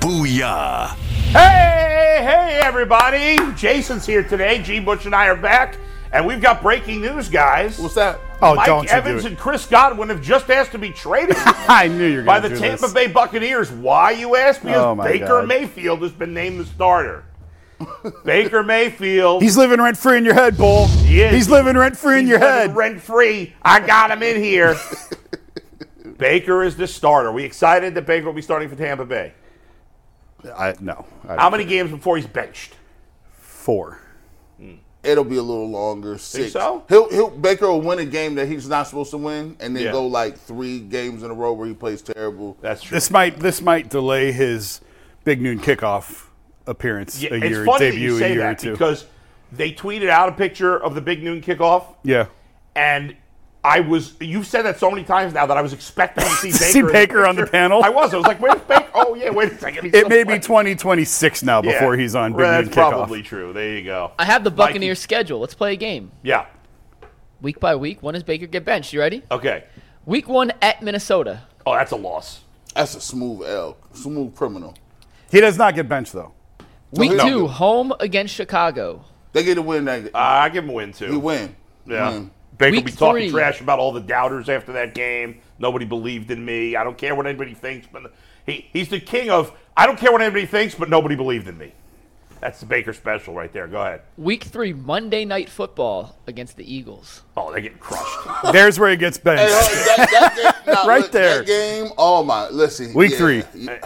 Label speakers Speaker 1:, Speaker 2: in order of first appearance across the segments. Speaker 1: Booyah!
Speaker 2: Hey, hey, everybody. Jason's here today. G. Butch and I are back, and we've got breaking news, guys.
Speaker 3: What's that?
Speaker 4: Oh,
Speaker 2: Mike
Speaker 4: don't you do
Speaker 2: Evans
Speaker 4: it.
Speaker 2: and Chris Godwin have just asked to be traded
Speaker 4: I knew you were
Speaker 2: by the
Speaker 4: going to do
Speaker 2: Tampa
Speaker 4: this.
Speaker 2: Bay Buccaneers. Why, you ask? Because
Speaker 4: Oh, my
Speaker 2: Baker
Speaker 4: God.
Speaker 2: Mayfield has been named the starter. Baker Mayfield.
Speaker 4: He's living rent free in your head, Bull.
Speaker 2: He is.
Speaker 4: He's living rent free in your head.
Speaker 2: Rent free. I got him in here. Baker is the starter. We excited that Baker will be starting for Tampa Bay.
Speaker 4: I no. I,
Speaker 2: How many games before he's benched?
Speaker 4: Four.
Speaker 3: It'll be a little longer. Six.
Speaker 2: so?
Speaker 3: He'll, he'll Baker will win a game that he's not supposed to win, and then
Speaker 2: Yeah.
Speaker 3: go like three games in a row where he plays terrible.
Speaker 2: That's true.
Speaker 4: This might this might delay his big noon kickoff appearance
Speaker 2: Yeah,
Speaker 4: a year
Speaker 2: it's funny that
Speaker 4: debut
Speaker 2: you say
Speaker 4: a year
Speaker 2: that
Speaker 4: or two.
Speaker 2: because they tweeted out a picture of the big noon kickoff,
Speaker 4: yeah.
Speaker 2: and I was you've said that so many times now that I was expecting to see Baker,
Speaker 4: See
Speaker 2: in the
Speaker 4: Baker on the
Speaker 2: picture.
Speaker 4: panel?
Speaker 2: I was. I was like, where's Baker? Oh yeah, wait a second. he's
Speaker 4: It
Speaker 2: still
Speaker 4: may be
Speaker 2: playing.
Speaker 4: 2026 now
Speaker 2: Yeah.
Speaker 4: before he's on big
Speaker 2: Well,
Speaker 4: noon
Speaker 2: that's
Speaker 4: kickoff.
Speaker 2: probably true. There you go.
Speaker 5: I have the
Speaker 2: Mikey.
Speaker 5: Buccaneers schedule. Let's play a game.
Speaker 2: Yeah.
Speaker 5: Week by week, when does Baker get benched? You ready?
Speaker 2: Okay.
Speaker 5: Week one at Minnesota.
Speaker 2: Oh, that's a loss.
Speaker 3: That's a smooth L, smooth criminal.
Speaker 4: He does not get benched though.
Speaker 5: Week
Speaker 3: No.
Speaker 5: two, home against Chicago.
Speaker 3: They get a win that
Speaker 2: Uh, I give him a win too.
Speaker 3: he win.
Speaker 2: Yeah.
Speaker 4: Hmm.
Speaker 3: Win.
Speaker 2: Baker will
Speaker 5: Week
Speaker 2: be talking
Speaker 5: three.
Speaker 2: trash about all the doubters after that game. Nobody believed in me. I don't care what anybody thinks, but he, he's the king of I don't care what anybody thinks, but nobody believed in me. That's the Baker special right there. Go ahead.
Speaker 5: Week three, Monday night football against the Eagles.
Speaker 2: Oh, they're getting crushed.
Speaker 4: There's where he gets
Speaker 3: Hey, oh,
Speaker 4: benched.
Speaker 3: that- that game- nah,
Speaker 4: Right
Speaker 3: look,
Speaker 4: there.
Speaker 3: That game. Oh my. Listen.
Speaker 4: Week
Speaker 3: yeah.
Speaker 4: three.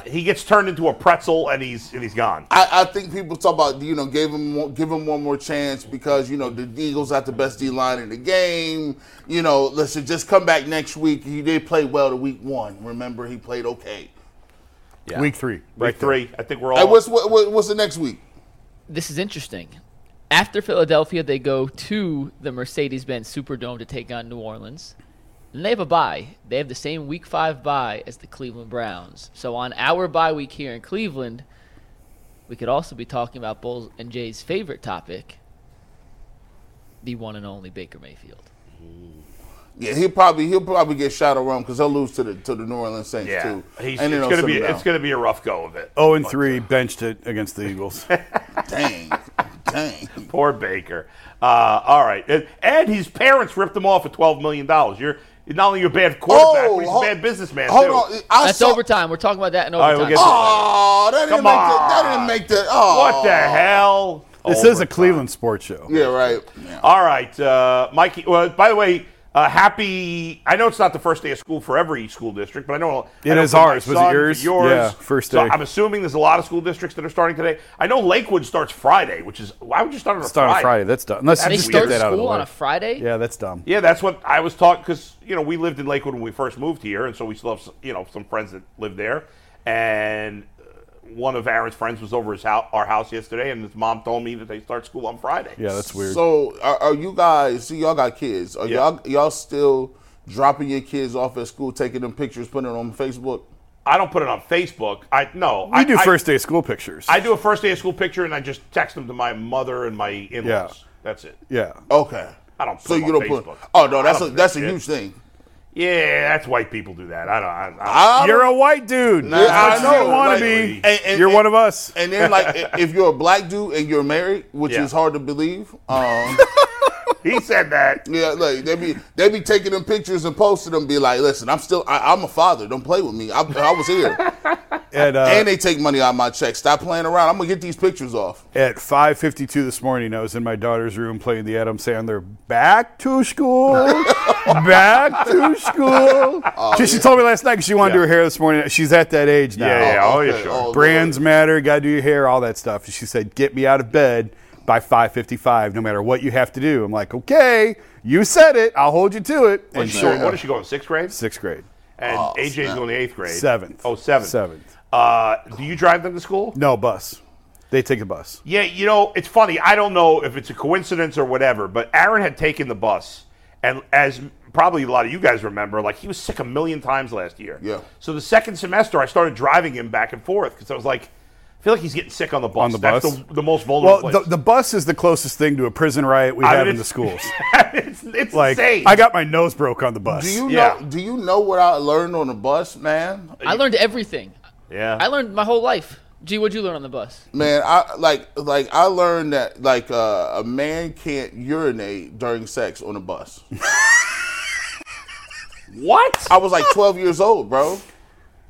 Speaker 2: he gets turned into a pretzel and he's and he's gone.
Speaker 3: I, I think people talk about you know gave him more, give him one more chance because you know the Eagles got the best D line in the game. You know, listen, just come back next week. He did play well to week one. Remember, he played okay.
Speaker 4: Week three.
Speaker 2: Week
Speaker 4: Right there.
Speaker 2: three. I think we're all
Speaker 3: Hey, what's what, what, what's the next week?
Speaker 5: This is interesting. After Philadelphia, they go to the Mercedes Benz Superdome to take on New Orleans. And they have a bye. They have the same week five bye as the Cleveland Browns. So on our bye week here in Cleveland, we could also be talking about Bulls and Jay's favorite topic the one and only Baker Mayfield.
Speaker 3: Yeah, he'll probably he'll probably get shadow run because he'll lose to the to the New Orleans Saints
Speaker 2: yeah.
Speaker 3: too.
Speaker 2: He's,
Speaker 3: then
Speaker 2: it's
Speaker 3: they'll
Speaker 2: gonna
Speaker 3: sit
Speaker 2: be
Speaker 3: him down.
Speaker 2: it's gonna be a rough go of it.
Speaker 4: Oh and three benched it against the Eagles.
Speaker 3: dang, dang.
Speaker 2: Poor Baker. Uh, all right, and, and his parents ripped him off at twelve million dollars. You're not only you're a bad quarterback,
Speaker 4: Oh,
Speaker 2: but he's
Speaker 3: hol-
Speaker 2: a bad businessman
Speaker 3: Hold
Speaker 2: too.
Speaker 3: on, I
Speaker 5: That's
Speaker 3: saw,
Speaker 5: overtime. We're talking about that in
Speaker 2: right,
Speaker 5: overtime.
Speaker 2: we'll get to-
Speaker 3: Oh, that didn't
Speaker 2: Come
Speaker 3: make the, that
Speaker 2: on.
Speaker 3: didn't make the. Oh,
Speaker 2: What the hell?
Speaker 4: this is a
Speaker 2: Overtime.
Speaker 4: Cleveland sports show.
Speaker 3: Yeah, right. Yeah.
Speaker 2: All right, uh, Mikey. Well, by the way, uh, happy. I know it's not the first day of school for every school district, but I know
Speaker 4: It
Speaker 2: I know
Speaker 4: is
Speaker 2: for my
Speaker 4: ours. Was it
Speaker 2: son, for
Speaker 4: yours?
Speaker 2: Yours.
Speaker 4: Yeah, first
Speaker 2: So
Speaker 4: day.
Speaker 2: I'm assuming there's a lot of school districts that are starting today. I know Lakewood starts Friday, which is why would you start on a
Speaker 4: Start
Speaker 2: Friday?
Speaker 4: on Friday. That's dumb. Let's
Speaker 5: they
Speaker 4: just
Speaker 5: start
Speaker 4: get that out of the
Speaker 5: school
Speaker 4: way.
Speaker 5: on a Friday?
Speaker 4: Yeah, that's dumb.
Speaker 2: Yeah, that's what I was taught because you know we lived in Lakewood when we first moved here, and so we still have s- you know some friends that live there. And uh, one of Aaron's friends was over his house, our house yesterday, and his mom told me that they start school on Friday.
Speaker 4: Yeah, that's weird.
Speaker 3: So, are, are you guys? See, y'all got kids. Are
Speaker 2: Yeah.
Speaker 3: y'all y'all still dropping your kids off at school, taking them pictures, putting it on Facebook?
Speaker 2: I don't put it on Facebook. I no.
Speaker 4: we
Speaker 2: I
Speaker 4: do
Speaker 2: I-
Speaker 4: first day of school pictures.
Speaker 2: I do a first day of school picture and I just text them to my mother and my in-laws.
Speaker 4: Yeah.
Speaker 2: That's it.
Speaker 4: yeah.
Speaker 3: Okay.
Speaker 2: I don't. Put
Speaker 3: So
Speaker 2: them
Speaker 3: you
Speaker 2: on
Speaker 3: don't put.
Speaker 2: Facebook.
Speaker 3: Oh no,
Speaker 2: I
Speaker 3: that's
Speaker 2: don't
Speaker 3: a
Speaker 2: do
Speaker 3: that's a
Speaker 2: that
Speaker 3: huge
Speaker 2: shit.
Speaker 3: thing.
Speaker 2: Yeah, that's white people do that. I don't. I, I,
Speaker 3: I
Speaker 4: You're a white dude.
Speaker 3: I
Speaker 4: That's what you
Speaker 3: know,
Speaker 4: want
Speaker 3: like-
Speaker 4: to be.
Speaker 3: And- and-
Speaker 4: You're
Speaker 3: and-
Speaker 4: one of us.
Speaker 3: And then, like, i- if you're a black dude and you're married, which
Speaker 2: Yeah.
Speaker 3: is hard to believe, um,
Speaker 2: he said that.
Speaker 3: Yeah, like they be they be taking them pictures and posting them. Be like, listen, I'm still I, I'm a father. Don't play with me. I, I was here,
Speaker 4: At, uh,
Speaker 3: and they take money out of my check. Stop playing around. I'm gonna get these pictures off.
Speaker 4: at 5.52 this morning, I was in my daughter's room playing the Adam Sandler Back to School, Back to School. she, she told me last night 'cause she wanted to do her hair this morning. She's at that age now.
Speaker 2: Yeah, yeah. Oh, yeah,
Speaker 3: Okay,
Speaker 2: sure.
Speaker 3: oh,
Speaker 4: Brands matter, got to do your hair, all that stuff. And she said, get me out of bed by 5.55, no matter what you have to do. I'm like, okay, you said it. I'll hold you to it.
Speaker 2: What
Speaker 4: And
Speaker 2: is she
Speaker 4: sure
Speaker 2: going? What
Speaker 4: enough,
Speaker 2: is she going? Sixth grade.
Speaker 4: sixth grade.
Speaker 2: And
Speaker 3: Oh,
Speaker 2: AJ's
Speaker 3: snap.
Speaker 2: going to eighth grade.
Speaker 4: Seventh.
Speaker 2: Oh, seventh.
Speaker 4: Seventh.
Speaker 2: Uh, do you drive them to school?
Speaker 4: No, bus. They take the bus.
Speaker 2: Yeah, you know, it's funny. I don't know if it's a coincidence or whatever, but Aaron had taken the bus, and as probably a lot of you guys remember, like he was sick a million times last year.
Speaker 3: Yeah.
Speaker 2: So the second semester, I started driving him back and forth because I was like, I feel like he's getting sick on the bus.
Speaker 4: On the
Speaker 2: That's
Speaker 4: bus?
Speaker 2: the, the most vulnerable.
Speaker 4: Well, the,
Speaker 2: place.
Speaker 4: the bus is the closest thing to a prison riot we
Speaker 2: I
Speaker 4: have
Speaker 2: mean,
Speaker 4: in the
Speaker 2: it's-
Speaker 4: schools.
Speaker 2: it's it's
Speaker 4: Like,
Speaker 2: insane.
Speaker 4: I got my nose broke on the bus.
Speaker 3: Do you
Speaker 2: Yeah.
Speaker 3: know? Do you know what I learned on the bus, man?
Speaker 5: I learned everything.
Speaker 2: yeah.
Speaker 5: I learned my whole life. Gee, what'd you learn on the bus?
Speaker 3: Man, I like like I learned that like uh, a man can't urinate during sex on a bus.
Speaker 2: what?
Speaker 3: I was like 12 years old, bro.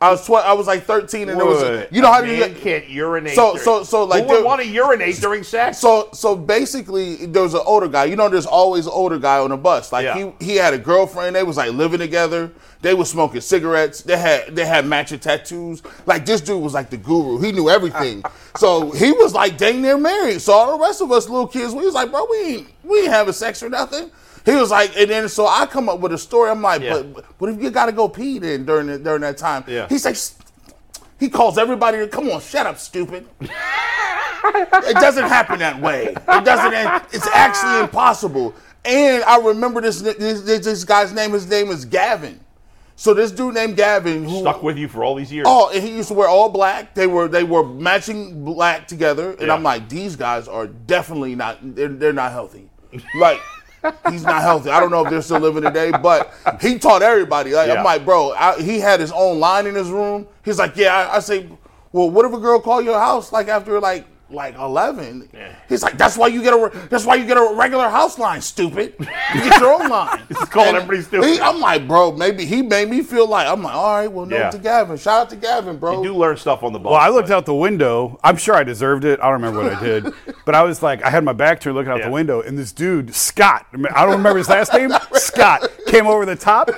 Speaker 3: I was 12. I was like 13, and there was a-
Speaker 2: Would
Speaker 3: you know
Speaker 2: a
Speaker 3: how do
Speaker 2: man
Speaker 3: you
Speaker 2: can't urinate.
Speaker 3: So-
Speaker 2: during-
Speaker 3: so- so, like,
Speaker 2: who would
Speaker 3: there-
Speaker 2: want to urinate during sex?
Speaker 3: So so basically, there was an older guy. You know, there's always an older guy on the bus. Like
Speaker 2: Yeah.
Speaker 3: he he had a girlfriend. They was like living together. They was smoking cigarettes. They had they had matching tattoos. Like this dude was like the guru. He knew everything. so he was like dang near married. So all the rest of us little kids, we was like, bro, we ain't we ain't having sex or nothing. He was like, and then so I come up with a story. I'm like,
Speaker 2: Yeah.
Speaker 3: but what if you gotta go pee then during the, during that time?
Speaker 2: Yeah.
Speaker 3: He's like, "S- he calls everybody. Come on, shut up, stupid. It doesn't happen that way. It doesn't. It's actually impossible. And I remember this this, this guy's name. His name is Gavin. So this dude named Gavin who
Speaker 2: Stuck with you for all these years.
Speaker 3: oh, and he used to wear all black. They were they were matching black together, and
Speaker 2: Yeah.
Speaker 3: I'm like, these guys are definitely not. They're, they're not healthy. Like. He's not healthy. I don't know if they're still living today, but he taught everybody. Like
Speaker 2: Yeah.
Speaker 3: I'm like, bro, I, he had his own line in his room. He's like, yeah. I, I say, well, what if a girl call your house like after like like eleven? He's like, that's why you get a re- that's why you get a regular house line, stupid. You get your own line. He's
Speaker 2: calling everybody stupid.
Speaker 3: I'm like, bro, maybe he made me feel like I'm like, all right, well, no
Speaker 2: Yeah.
Speaker 3: to Gavin. Shout out to Gavin, bro.
Speaker 2: you do learn stuff on the bus.
Speaker 4: Well, I looked out the window. I'm sure I deserved it. I don't remember what I did, but I was like, I had my back turned looking out
Speaker 2: Yeah.
Speaker 4: the window, and this dude Scott, I mean, I don't remember his last name, Scott, came over the top.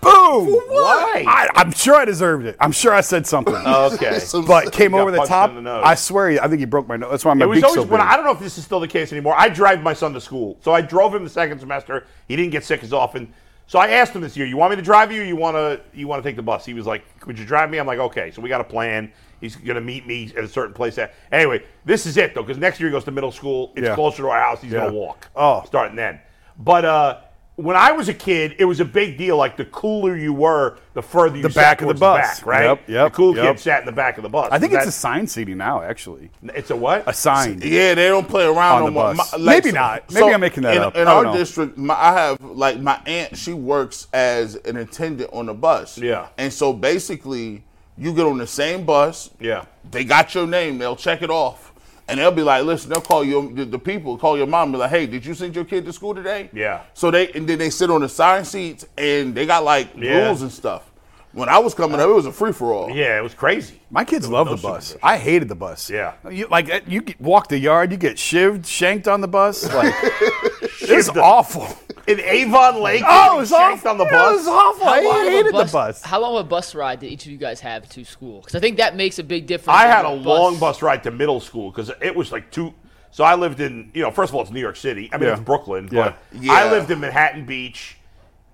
Speaker 4: Boom!
Speaker 2: Why?
Speaker 4: I, I'm sure I deserved it. I'm sure I said something,
Speaker 2: Okay.
Speaker 3: Some-
Speaker 4: but came
Speaker 2: Oh, got
Speaker 4: over the
Speaker 2: punched
Speaker 4: top.
Speaker 2: in the nose.
Speaker 4: I swear, I think he broke my nose. That's why my
Speaker 2: It was
Speaker 4: beak's
Speaker 2: always
Speaker 4: so
Speaker 2: when
Speaker 4: big.
Speaker 2: I don't know if this is still the case anymore. I drive my son to school, so I drove him the second semester. He didn't get sick as often, so I asked him this year, "You want me to drive you? Or you want to you want to take the bus?" He was like, "Could you drive me?" I'm like, "Okay." So we got a plan. He's going to meet me at a certain place. At, anyway, this is it though, because next year he goes to middle school. It's
Speaker 4: Yeah.
Speaker 2: closer to our house. He's
Speaker 4: Yeah.
Speaker 2: going to walk.
Speaker 4: Oh.
Speaker 2: starting then. But uh, when I was a kid, it was a big deal. Like the cooler you were, the further you
Speaker 4: The
Speaker 2: sat
Speaker 4: back of the
Speaker 2: towards
Speaker 4: bus.
Speaker 2: back, right?
Speaker 4: Yep, yep,
Speaker 2: the cool
Speaker 4: yep.
Speaker 2: kid sat in the back of the bus.
Speaker 4: I think
Speaker 2: Is
Speaker 4: it's assigned seating now, actually.
Speaker 2: that- it's a what?
Speaker 4: A sign.
Speaker 3: Yeah, they don't play around
Speaker 4: On
Speaker 3: no
Speaker 4: the
Speaker 3: more.
Speaker 4: bus. Maybe not. Maybe I'm making that
Speaker 3: in,
Speaker 4: up.
Speaker 3: In
Speaker 4: I
Speaker 3: our
Speaker 4: don't know.
Speaker 3: district, my, I have like my aunt. She works as an attendant on the bus.
Speaker 2: Yeah.
Speaker 3: and so basically, you get on the same bus.
Speaker 2: Yeah.
Speaker 3: they got your name. They'll check it off. And they'll be like, listen, they'll call your the, the people, call your mom, and be like, hey, did you send your kid to school today?
Speaker 2: Yeah.
Speaker 3: So they and then they sit on the sign seats and they got like
Speaker 2: Yeah.
Speaker 3: rules and stuff. When I was coming up, it was a free for all.
Speaker 2: Yeah, it was crazy.
Speaker 4: My kids love the bus. I hated the bus.
Speaker 2: Yeah.
Speaker 4: You, like uh, you get- walk the yard, you get shivved, shanked on the bus. Like it was awful.
Speaker 2: In Avon Lake,
Speaker 4: Oh,
Speaker 2: you
Speaker 4: it was
Speaker 2: shanked
Speaker 4: awful.
Speaker 2: on the
Speaker 4: Yeah,
Speaker 2: bus.
Speaker 4: It was awful. I
Speaker 5: long of a
Speaker 4: hated the bus.
Speaker 5: How long of a bus ride did each of you guys have to school? Because I think that makes a big difference.
Speaker 2: I
Speaker 5: in
Speaker 2: had a
Speaker 5: the
Speaker 2: long bus ride to middle school because it was like two. So I lived in, you know, first of all, it's New York City. I mean,
Speaker 4: Yeah.
Speaker 2: it's Brooklyn, but
Speaker 3: Yeah.
Speaker 2: I
Speaker 3: Yeah.
Speaker 2: lived in Manhattan Beach,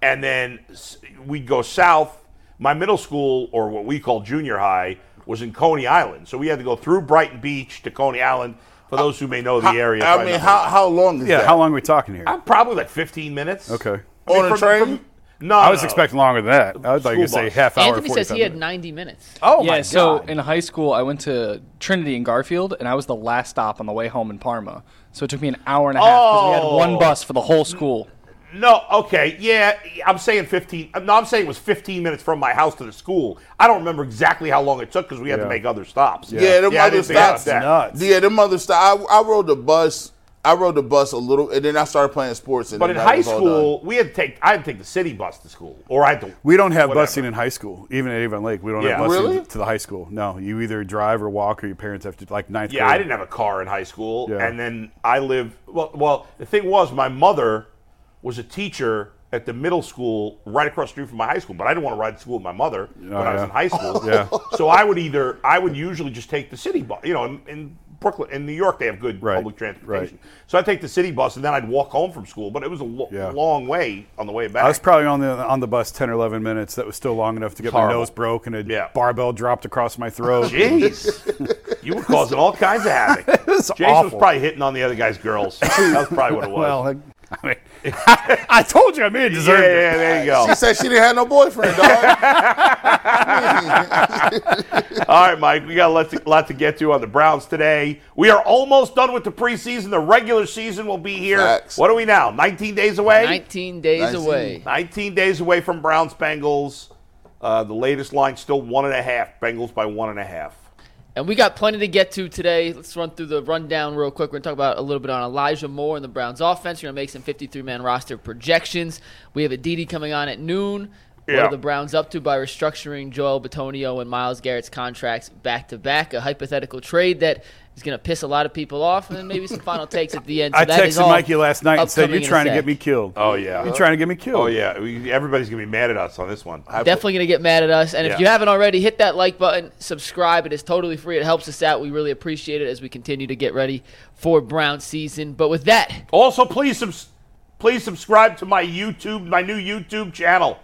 Speaker 2: and then s- we'd go south. My middle school, or what we call junior high, was in Coney Island, so we had to go through Brighton Beach to Coney Island. For those who may know the area,
Speaker 3: I
Speaker 2: probably
Speaker 3: mean,
Speaker 2: not-
Speaker 3: how, how long is
Speaker 4: Yeah.
Speaker 3: that?
Speaker 4: How long are we talking here?
Speaker 2: I'm probably like 15 minutes.
Speaker 4: okay.
Speaker 2: I mean,
Speaker 3: On a
Speaker 2: from-
Speaker 3: train?
Speaker 2: from- no,
Speaker 4: I was
Speaker 2: no.
Speaker 4: expecting longer than that. I was like, you
Speaker 2: School
Speaker 4: say
Speaker 2: bus.
Speaker 4: half hour.
Speaker 5: Anthony says
Speaker 4: 45
Speaker 5: he had
Speaker 4: minutes.
Speaker 5: 90 minutes.
Speaker 4: Oh my
Speaker 6: yeah,
Speaker 4: god.
Speaker 6: so in high school, I went to Trinity and Garfield, and I was the last stop on the way home in Parma. So it took me an hour and a half because we
Speaker 2: Oh.
Speaker 6: had one bus for the whole school.
Speaker 2: No, okay, yeah, I'm saying 15. No, I'm saying it was 15 minutes from my house to the school. I don't remember exactly how long it took because we had
Speaker 4: Yeah.
Speaker 2: to make other stops.
Speaker 3: Yeah, them
Speaker 2: I
Speaker 3: other
Speaker 2: didn't think about
Speaker 3: stops.
Speaker 2: that.
Speaker 4: nuts.
Speaker 3: Yeah, them other stuff. I, I rode the bus I rode the bus a little, and then I started playing sports. And
Speaker 2: But
Speaker 3: then
Speaker 2: in
Speaker 3: that
Speaker 2: high
Speaker 3: was all
Speaker 2: school, we had to take I had to take the city bus to school, or I had to.
Speaker 4: We don't have
Speaker 2: whatever.
Speaker 4: busing in high school, even at Avon Lake. We don't
Speaker 2: Yeah.
Speaker 4: have busing
Speaker 3: Really?
Speaker 4: to the high school. No, you either drive or walk, or your parents have to like ninth.
Speaker 2: Yeah,
Speaker 4: grade.
Speaker 2: I didn't have a car in high school,
Speaker 4: Yeah.
Speaker 2: and then I lived. Well, well, the thing was, my mother was a teacher at the middle school right across the street from my high school, but I didn't want to ride to school with my mother when I was
Speaker 4: yeah.
Speaker 2: in high school.
Speaker 4: Yeah.
Speaker 2: So I would either I would usually just take the city bus. You know, in, in Brooklyn, in New York, they have good
Speaker 4: Right,
Speaker 2: public transportation. So I would take the city bus, and then I'd walk home from school. But it was a lo-
Speaker 4: Yeah.
Speaker 2: long way on the way back.
Speaker 4: I was probably on the on the bus ten or eleven minutes. That was still long enough to get my
Speaker 2: Horrible.
Speaker 4: nose broke and a
Speaker 2: Yeah.
Speaker 4: barbell dropped across my throat.
Speaker 2: Jeez. you were causing all kinds of havoc. Jason
Speaker 4: awful.
Speaker 2: was probably hitting on the other guy's girls. That was probably what it was.
Speaker 4: well, I, I mean, I told you I made it
Speaker 2: yeah,
Speaker 4: deserved
Speaker 2: yeah,
Speaker 4: it.
Speaker 2: yeah, there you go.
Speaker 3: She said she didn't have no boyfriend, dog.
Speaker 2: All right, Mike, we got a lot to, lot to get to on the Browns today. We are almost done with the preseason. The regular season will be here.
Speaker 3: Facts.
Speaker 2: What are we now? 19 days away?
Speaker 5: 19 days
Speaker 3: 19.
Speaker 5: away.
Speaker 2: 19 days away from Browns Bengals. Uh, the latest line still one and a half. Bengals by one and a half.
Speaker 5: And we got plenty to get to today. Let's run through the rundown real quick. We're going to talk about a little bit on Elijah Moore and the Browns offense. We're going to make some 53 man roster projections. We have Aditi coming on at noon. What
Speaker 2: Yeah.
Speaker 5: are the Browns up to by restructuring Joel Batonio and Miles Garrett's contracts back to back? A hypothetical trade that is going to piss a lot of people off, and then maybe some final takes at the end. So
Speaker 4: I
Speaker 5: that is
Speaker 4: texted
Speaker 5: all
Speaker 4: Mikey last night and said,
Speaker 5: upcoming
Speaker 4: "You're
Speaker 5: in a
Speaker 4: trying to
Speaker 5: sec."
Speaker 4: get me killed.
Speaker 2: Oh, yeah.
Speaker 4: you're trying to get me killed.
Speaker 2: Oh, yeah. We, everybody's going to be mad at us on this one.
Speaker 5: Definitely going to get mad at us. And
Speaker 2: Yeah.
Speaker 5: if you haven't already, hit that like button, subscribe. It is totally free. It helps us out. We really appreciate it as we continue to get ready for Brown season. But with that,
Speaker 2: Also, please, subs- please subscribe to my YouTube, my new YouTube channel.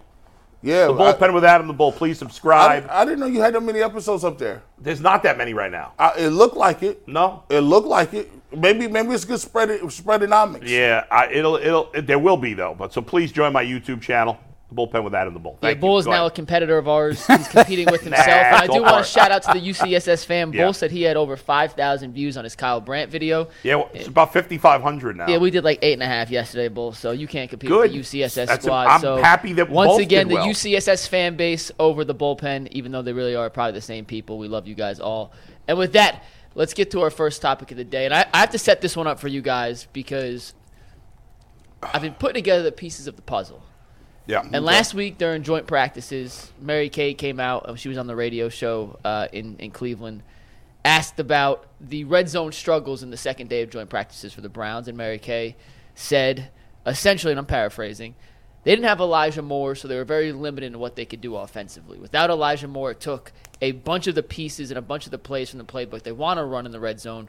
Speaker 3: yeah,
Speaker 2: The bullpen with Adam the Bull. Please
Speaker 3: I,
Speaker 2: subscribe.
Speaker 3: I, I didn't know you had that many episodes up there.
Speaker 2: There's not that many right now.
Speaker 3: I, it looked like it.
Speaker 2: No.
Speaker 3: It looked like it. Maybe maybe it's good spread spreadonomics.
Speaker 2: Yeah, I, it'll it'll it, there will be though. But so please join my YouTube channel, The Bullpen with Adam the Bull.
Speaker 5: yeah,
Speaker 2: Thank
Speaker 5: Bull
Speaker 2: you.
Speaker 5: is
Speaker 2: Go
Speaker 5: now a
Speaker 2: ahead.
Speaker 5: competitor of ours. He's competing with himself. and I
Speaker 2: go
Speaker 5: do want
Speaker 2: for
Speaker 5: to
Speaker 2: it.
Speaker 5: shout out to the UCSS fan.
Speaker 2: Yeah.
Speaker 5: Bull said he had over 5,000 views on his Kyle Brandt video.
Speaker 2: yeah, well, it's about 5,500 now.
Speaker 5: Yeah, we did like eight and a half yesterday, Bull. So you can't compete
Speaker 2: Good.
Speaker 5: with the UCSS
Speaker 2: That's-
Speaker 5: squad.
Speaker 2: I'm
Speaker 5: so
Speaker 2: happy that
Speaker 5: once
Speaker 2: both
Speaker 5: again,
Speaker 2: did
Speaker 5: the
Speaker 2: well.
Speaker 5: UCSS fan base over the bullpen, even though they really are probably the same people. We love you guys all. And with that, let's get to our first topic of the day. And I, I have to set this one up for you guys because I've been putting together the pieces of the puzzle.
Speaker 2: yeah.
Speaker 5: And last week during joint practices, Mary Kay came out. uh, She was on the radio show uh, in in Cleveland, asked about the red zone struggles in the second day of joint practices for the Browns, and Mary Kay said essentially, and I'm paraphrasing. They didn't have Elijah Moore, so they were very limited in what they could do offensively. Without Elijah Moore, it took a bunch of the pieces and a bunch of the plays from the playbook they want to run in the red zone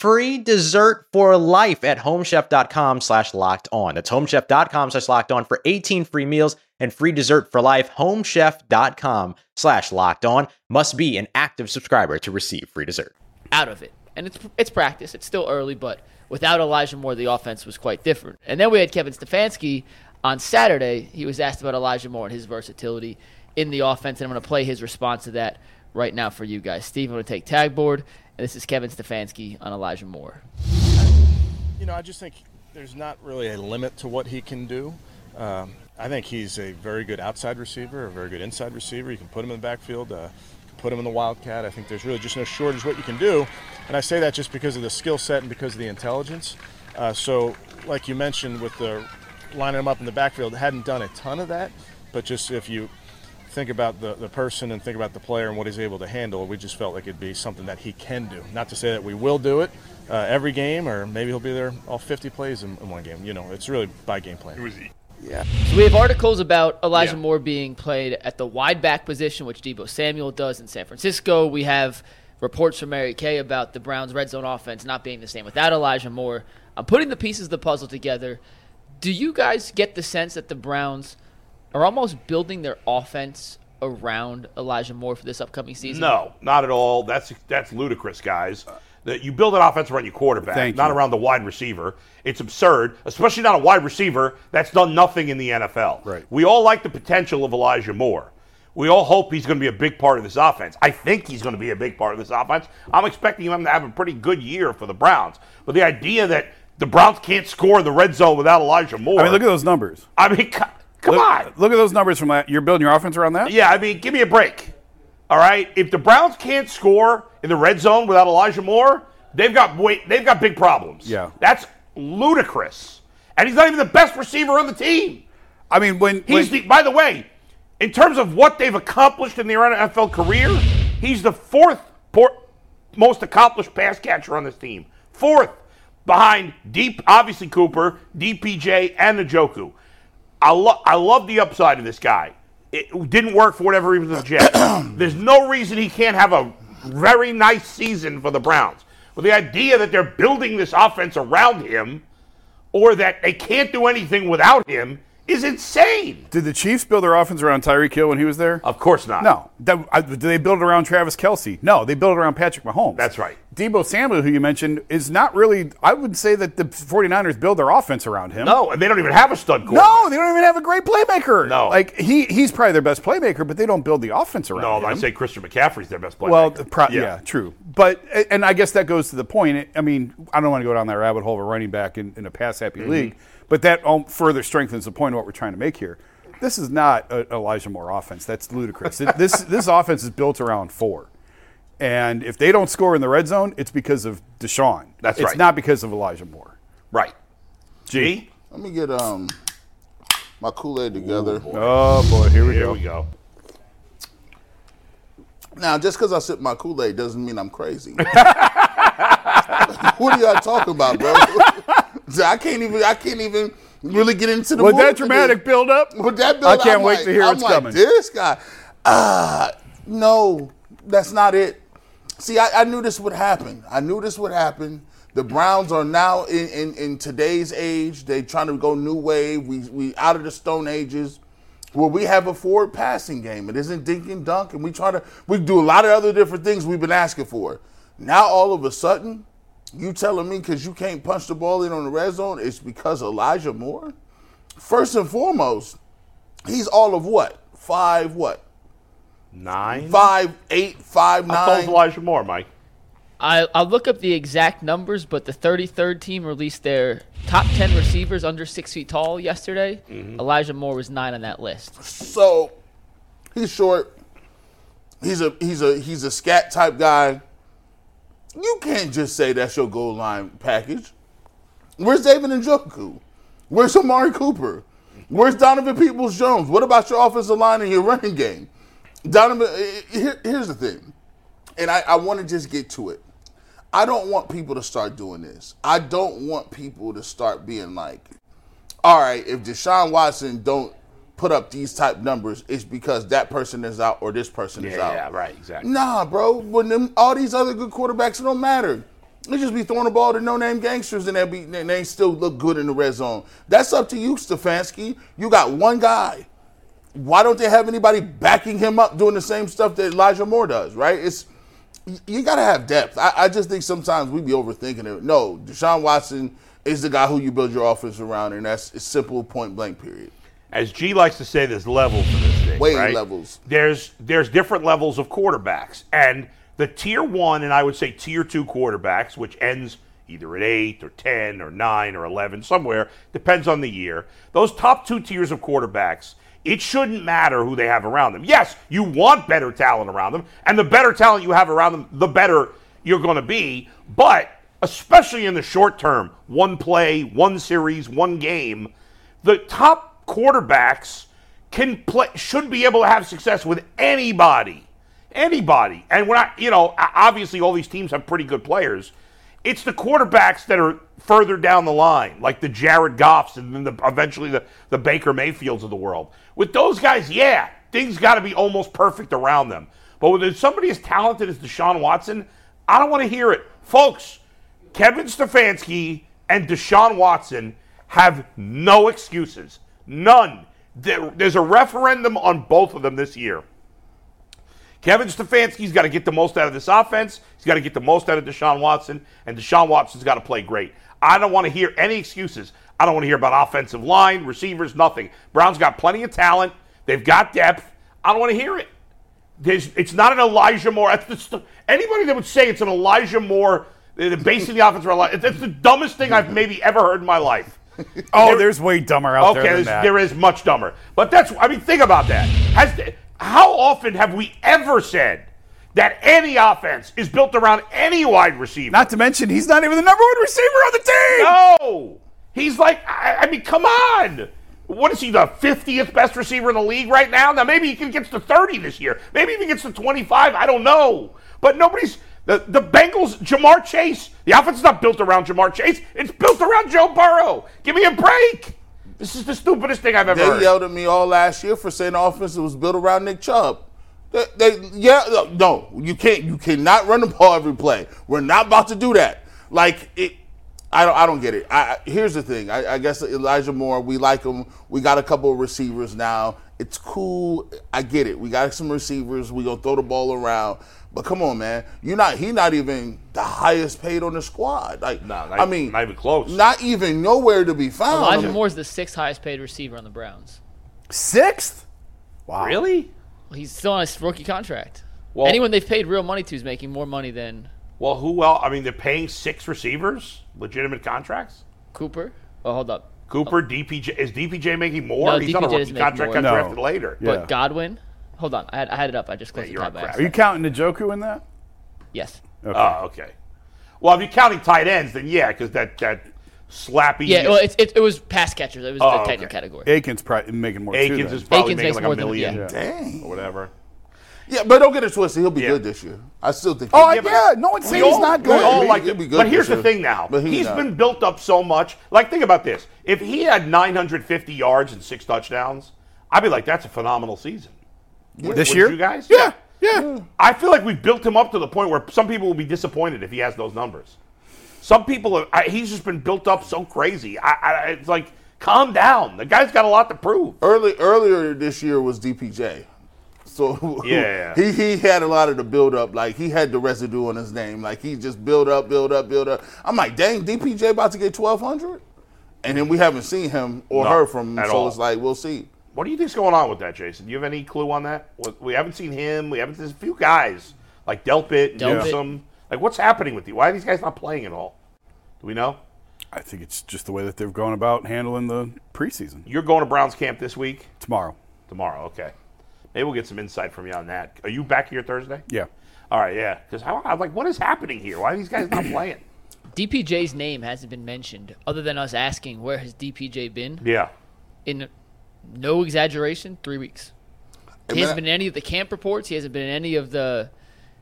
Speaker 7: free dessert for life at homechef.com slash locked on that's homechef.com slash locked on for 18 free meals and free dessert for life homechef.com slash locked on must be an active subscriber to receive free dessert
Speaker 5: out of it. And it's it's practice. It's still early, but without Elijah Moore, the offense was quite different. And then we had Kevin Stefanski on Saturday. He was asked about Elijah Moore and his versatility in the offense, and I'm going to play his response to that right now for you guys. Steve, I'm going to take tag board, and this is Kevin Stefanski on Elijah Moore.
Speaker 8: You know, I just think there's not really a limit to what he can do. Um, I think he's a very good outside receiver, a very good inside receiver. You can put him in the backfield, uh, you can put him in the wildcat. I think there's really just no shortage what you can do, and I say that just because of the skill set and because of the intelligence. Uh, so, like you mentioned, with the lining him up in the backfield, hadn't done a ton of that, but just if you think about the, the person and think about the player and what he's able to handle. We just felt like it'd be something that he can do. Not to say that we will do it uh, every game, or maybe he'll be there all 50 plays in, in one game. You know, it's really by game plan.
Speaker 5: So we have articles about Elijah Moore being played at the wide back position, which Debo Samuel does in San Francisco. We have reports from Mary Kay about the Browns' red zone offense not being the same without Elijah Moore. I'm putting the pieces of the puzzle together. Do you guys get the sense that the Browns are almost building their offense around Elijah Moore for this upcoming season?
Speaker 2: No, not at all. That's that's ludicrous, guys. That you build an offense around your quarterback,
Speaker 4: Thank
Speaker 2: not
Speaker 4: you.
Speaker 2: around the wide receiver. It's absurd, especially not a wide receiver that's done nothing in the NFL.
Speaker 4: Right.
Speaker 2: We all like the potential of Elijah Moore. We all hope he's going to be a big part of this offense. I think he's going to be a big part of this offense. I'm expecting him to have a pretty good year for the Browns. But the idea that the Browns can't score in the red zone without Elijah Moore.
Speaker 4: I mean, look at those numbers.
Speaker 2: I mean, co- come
Speaker 4: Look-
Speaker 2: on.
Speaker 4: Look at those numbers from that. You're building your offense around that?
Speaker 2: Yeah, I mean, give me a break. All right, if the Browns can't score in the red zone without Elijah Moore, they've got wait, they've got big problems.
Speaker 4: Yeah.
Speaker 2: that's ludicrous. And he's not even the best receiver on the team.
Speaker 4: I mean, when.
Speaker 2: He's
Speaker 4: when-
Speaker 2: the, by the way, in terms of what they've accomplished in their NFL career, he's the fourth por- most accomplished pass catcher on this team. Fourth, behind deep, obviously Cooper, DPJ, and Njoku. I, lo- I love the upside of this guy. It didn't work for whatever reason with the Jets. There's no reason he can't have a very nice season for the Browns. But the idea that they're building this offense around him or that they can't do anything without him is insane.
Speaker 4: did the Chiefs build their offense around Tyreek Hill when he was there?
Speaker 2: Of course not.
Speaker 4: No. That, I, did they build it around Travis Kelsey? No, they build it around Patrick Mahomes.
Speaker 2: That's right.
Speaker 4: Debo Samuel, who you mentioned, is not really, I would say that the 49ers build their offense around him.
Speaker 2: No, and they don't even have a stud quarterback.
Speaker 4: No, they don't even have a great playmaker.
Speaker 2: No.
Speaker 4: Like, he, he's probably their best playmaker, but they don't build the offense around him.
Speaker 2: No, I say Christian McCaffrey's their best player.
Speaker 4: Well, the pro- yeah. true. But and I guess that goes to the point. I mean, I don't want to go down that rabbit hole of a running back in, in a pass-happy league, but that um, further strengthens the point of what we're trying to make here. This is not a Elijah Moore offense. That's ludicrous. Th- this this offense is built around four, and if they don't score in the red zone, it's because of Deshaun.
Speaker 2: That's
Speaker 4: it's
Speaker 2: right.
Speaker 4: not because of Elijah Moore.
Speaker 2: Right. G?
Speaker 3: Let me get um my Kool Aid together.
Speaker 4: Oh boy, here we
Speaker 2: Here
Speaker 4: go.
Speaker 2: we go.
Speaker 3: Now, just because I sip my Kool Aid doesn't mean I'm crazy. what are y'all talking about, bro? I can't even. I can't even really get into the.
Speaker 4: With that
Speaker 3: mood for
Speaker 4: dramatic
Speaker 3: this.
Speaker 4: build-up,
Speaker 3: With that build,
Speaker 4: I can't
Speaker 3: I'm
Speaker 4: wait
Speaker 3: like-
Speaker 4: to hear
Speaker 3: I'm
Speaker 4: what's
Speaker 3: like,
Speaker 4: coming.
Speaker 3: This guy. Ah, no, that's not it. See, I, I knew this would happen. I knew this would happen. The Browns are now in, in, in today's age. They trying to go new wave. We we out of the Stone Ages. Where we have a forward passing game. It isn't dink and dunk, and we try to we do a lot of other different things we've been asking for. Now all of a sudden, you telling me because you can't punch the ball in on the red zone, it's because Elijah Moore? First and foremost, he's all of what? Five what?
Speaker 2: Nine.
Speaker 3: Five, eight, five,
Speaker 2: I thought it was
Speaker 3: nine.
Speaker 2: Elijah Moore, Mike.
Speaker 5: I, I'll look up the exact numbers, but the 33rd team released their top 10 receivers under six feet tall yesterday. Elijah Moore was nine on that list.
Speaker 3: So he's short. He's a he's a he's a scat type guy. You can't just say that's your goal line package. Where's David Njoku? Where's Amari Cooper? Where's Donovan Peoples Jones? What about your offensive line and your running game? Donovan, eh, eh, here- here's the thing, and I, I want to just get to it. I don't want people to start doing this. I don't want people to start being like, all right, if Deshaun Watson don't put up these type numbers, it's because that person is out or this person is out.
Speaker 2: right, exactly.
Speaker 3: Nah, bro. When them, all these other good quarterbacks, it don't matter. They just be throwing the ball to no-name gangsters, and they be they they still look good in the red zone. That's up to you, Stefanski. You got one guy. Why don't they have anybody backing him up doing the same stuff that Elijah Moore does? Right? It's you- you gotta have depth. I, I just think sometimes we be overthinking it. No, Deshaun Watson is the guy who you build your offense around, and that's it's simple, point blank, period.
Speaker 2: As G likes to say, there's levels to this thing.
Speaker 3: Way
Speaker 2: right?
Speaker 3: levels.
Speaker 2: There's there's different levels of quarterbacks, and the tier one and I would say tier two quarterbacks, which ends either at eight or ten or nine or eleven somewhere, depends on the year. Those top two tiers of quarterbacks, it shouldn't matter who they have around them. Yes, you want better talent around them, and the better talent you have around them, the better you're going to be. But especially in the short term, one play, one series, one game, the top quarterbacks can play should be able to have success with anybody anybody and we're not you know o- obviously all these teams have pretty good players it's the quarterbacks that are further down the line like the jared goffs and then the, eventually the, the baker mayfields of the world with those guys yeah things got to be almost perfect around them But when there's somebody as talented as Deshaun Watson, I don't want to hear it. Folks, Kevin Stefanski and Deshaun Watson have no excuses. None. There- there's a referendum on both of them this year. Kevin Stefanski's got to get the most out of this offense. He's got to get the most out of Deshaun Watson, and Deshaun Watson's got to play great. I don't want to hear any excuses. I don't want to hear about offensive line, receivers, nothing. Brown's got plenty of talent. They've got depth. I don't want to hear it. There's, it's not an Elijah Moore. That's the st- anybody that would say it's an Elijah Moore, they're basing the offense around Eli- That's the dumbest thing I've maybe ever heard in my life.
Speaker 4: Oh,
Speaker 2: There-
Speaker 4: there's way dumber out
Speaker 2: okay,
Speaker 4: there than
Speaker 2: there's-
Speaker 4: that.
Speaker 2: there is much dumber. But that's, I mean, think about that. Has th- how often have we ever said that any offense is built around any wide receiver?
Speaker 4: Not to mention, he's not even the number one receiver on the team.
Speaker 2: no. He's like, I, I mean, come on. What is he, the 50th best receiver in the league right now? Now, maybe he can get to 30 this year. Maybe even gets to 25. I don't know. But nobody's. The, the Bengals, Jamar Chase. The offense is not built around Jamar Chase. It's built around Joe Burrow. Give me a break. This is the stupidest thing I've ever heard.
Speaker 3: They yelled at me all last year for saying the offense was built around Nick Chubb. They, they yeah, look, no, you can't, you cannot run the ball every play. We're not about to do that. Like it, I don't, I don't get it. I, I- here's the thing. I, I guess Elijah Moore, we like him. We got a couple of receivers now. It's cool. I get it. We got some receivers. We gonna throw the ball around. But come on, man, you're not. He not even the highest paid on the squad. Like,
Speaker 2: No, not-
Speaker 3: I mean,
Speaker 2: not even close.
Speaker 3: Not even nowhere to be found.
Speaker 5: Elijah
Speaker 3: I'm-
Speaker 5: Moore's the sixth highest paid receiver on the Browns.
Speaker 4: Sixth?
Speaker 2: Really?
Speaker 5: Well, He's still on his rookie contract. Anyone they've paid real money to is making more money than
Speaker 2: Well, who else? I mean, they're paying six receivers, legitimate contracts.
Speaker 5: Cooper. Oh, hold up.
Speaker 2: Cooper, DPJ. Is DPJ making more?
Speaker 5: No,
Speaker 2: He's on a
Speaker 5: DPJ
Speaker 2: rookie
Speaker 5: doesn't make
Speaker 2: contract,
Speaker 5: more.
Speaker 2: got
Speaker 4: No.
Speaker 2: drafted later.
Speaker 4: Yeah.
Speaker 5: But Godwin. Hold on. I had, I had it up. I just
Speaker 2: Yeah,
Speaker 5: closed the
Speaker 2: you're
Speaker 5: tab.
Speaker 2: a
Speaker 5: by
Speaker 2: crap.
Speaker 4: Are
Speaker 5: accident.
Speaker 4: you counting Njoku in that?
Speaker 5: Yes.
Speaker 2: Oh, okay. Well, if you're counting tight ends, then yeah, because that that slappy.
Speaker 5: Yeah, well, it's, it, it was pass catchers. It was
Speaker 2: Oh,
Speaker 5: the tight end
Speaker 2: okay.
Speaker 5: category.
Speaker 4: Aikens probably making more too.
Speaker 2: Akins
Speaker 4: then.
Speaker 2: is probably
Speaker 5: Akins
Speaker 2: making
Speaker 5: makes
Speaker 2: like
Speaker 5: more
Speaker 2: a
Speaker 5: than-
Speaker 2: million
Speaker 5: yeah.
Speaker 3: Dang.
Speaker 2: or whatever.
Speaker 3: Yeah, but don't get it twisted. He'll be
Speaker 2: Yeah.
Speaker 3: good this year. I still think.
Speaker 4: Oh,
Speaker 3: he'll
Speaker 4: yeah,
Speaker 3: be good.
Speaker 4: no one's
Speaker 3: We
Speaker 4: saying he's
Speaker 3: all-
Speaker 4: not
Speaker 3: we
Speaker 4: good.
Speaker 3: all
Speaker 2: Oh,
Speaker 3: think
Speaker 2: like,
Speaker 3: he'll be good
Speaker 2: but
Speaker 3: this
Speaker 2: here's the
Speaker 3: year.
Speaker 2: thing now.
Speaker 3: But he's
Speaker 2: he's
Speaker 3: not.
Speaker 2: been built up so much. Like, think about this. If he had 950 yards and six touchdowns, I'd be like, that's a phenomenal season. Would-
Speaker 4: This
Speaker 2: would
Speaker 4: year?
Speaker 2: you guys?
Speaker 4: Yeah, yeah.
Speaker 2: I feel like we've built him up to the point where some people will be disappointed if he has those numbers. Some people, are, I, he's just been built up so crazy. I, I, it's like, calm down. The guy's got a lot to prove.
Speaker 3: Early earlier this year was DPJ, so
Speaker 2: Yeah.
Speaker 3: he he had a lot of the build up. Like he had the residue on his name. Like he just build up, build up, build up. I'm like, dang, DPJ about to get 1,200, and then we haven't seen him or
Speaker 2: No,
Speaker 3: her from him.
Speaker 2: at
Speaker 3: So
Speaker 2: all.
Speaker 3: it's like we'll see.
Speaker 2: What do you think's going on with that, Jason? Do you have any clue on that? What- We haven't seen him. We haven't. There's a few guys like Delpit, and
Speaker 5: Delpit.
Speaker 2: Newsome. Like, what's happening with you? Why are these guys not playing at all? Do we know?
Speaker 4: I think it's just the way that they've gone about handling the preseason.
Speaker 2: You're going to Browns camp this week,
Speaker 4: Tomorrow.
Speaker 2: tomorrow. Okay, maybe we'll get some insight from you on that. Are you back here Thursday?
Speaker 4: Yeah.
Speaker 2: All right, yeah. Because I'm like, what is happening here? Why are these guys not playing?
Speaker 5: DPJ's name hasn't been mentioned other than us asking where has DPJ been
Speaker 2: Yeah.
Speaker 5: in no exaggeration, three weeks. He hasn't been in any of the camp reports. He hasn't been in any of the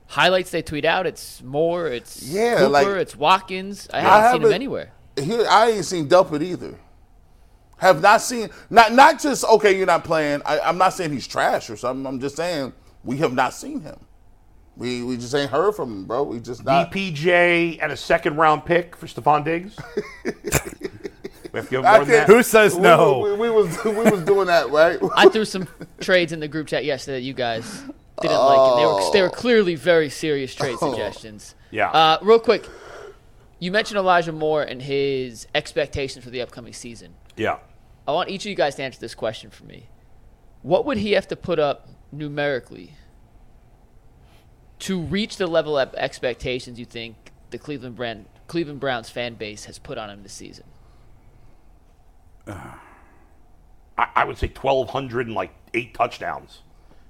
Speaker 5: highlights they tweet out. It's Moore, it's
Speaker 3: Yeah,
Speaker 5: Cooper,
Speaker 3: like-
Speaker 5: it's Watkins. I haven't seen him
Speaker 3: haven't-
Speaker 5: anywhere.
Speaker 3: Here, I ain't seen Delpit either. Have not seen not not just okay. You're not playing. I, I'm not saying he's trash or something. I'm just saying we have not seen him. We we just ain't heard from him, bro. We just not.
Speaker 2: DPJ and a second round pick for Stephon Diggs. we have to give him
Speaker 3: I
Speaker 2: more than that.
Speaker 3: can't-
Speaker 4: Who says
Speaker 3: we-
Speaker 4: no?
Speaker 3: We, we was we was doing that right.
Speaker 5: I threw some trades in the group chat yesterday that you guys didn't like, and they were,
Speaker 3: Oh.
Speaker 5: they were clearly very serious trade suggestions.
Speaker 2: Yeah.
Speaker 5: Uh, real quick, you mentioned Elijah Moore and his expectations for the upcoming season.
Speaker 2: yeah.
Speaker 5: I want each of you guys to answer this question for me. What would he have to put up numerically to reach the level of expectations you think the Cleveland brand, Cleveland Browns fan base has put on him this season?
Speaker 2: I, I would say 1,200 and like eight touchdowns,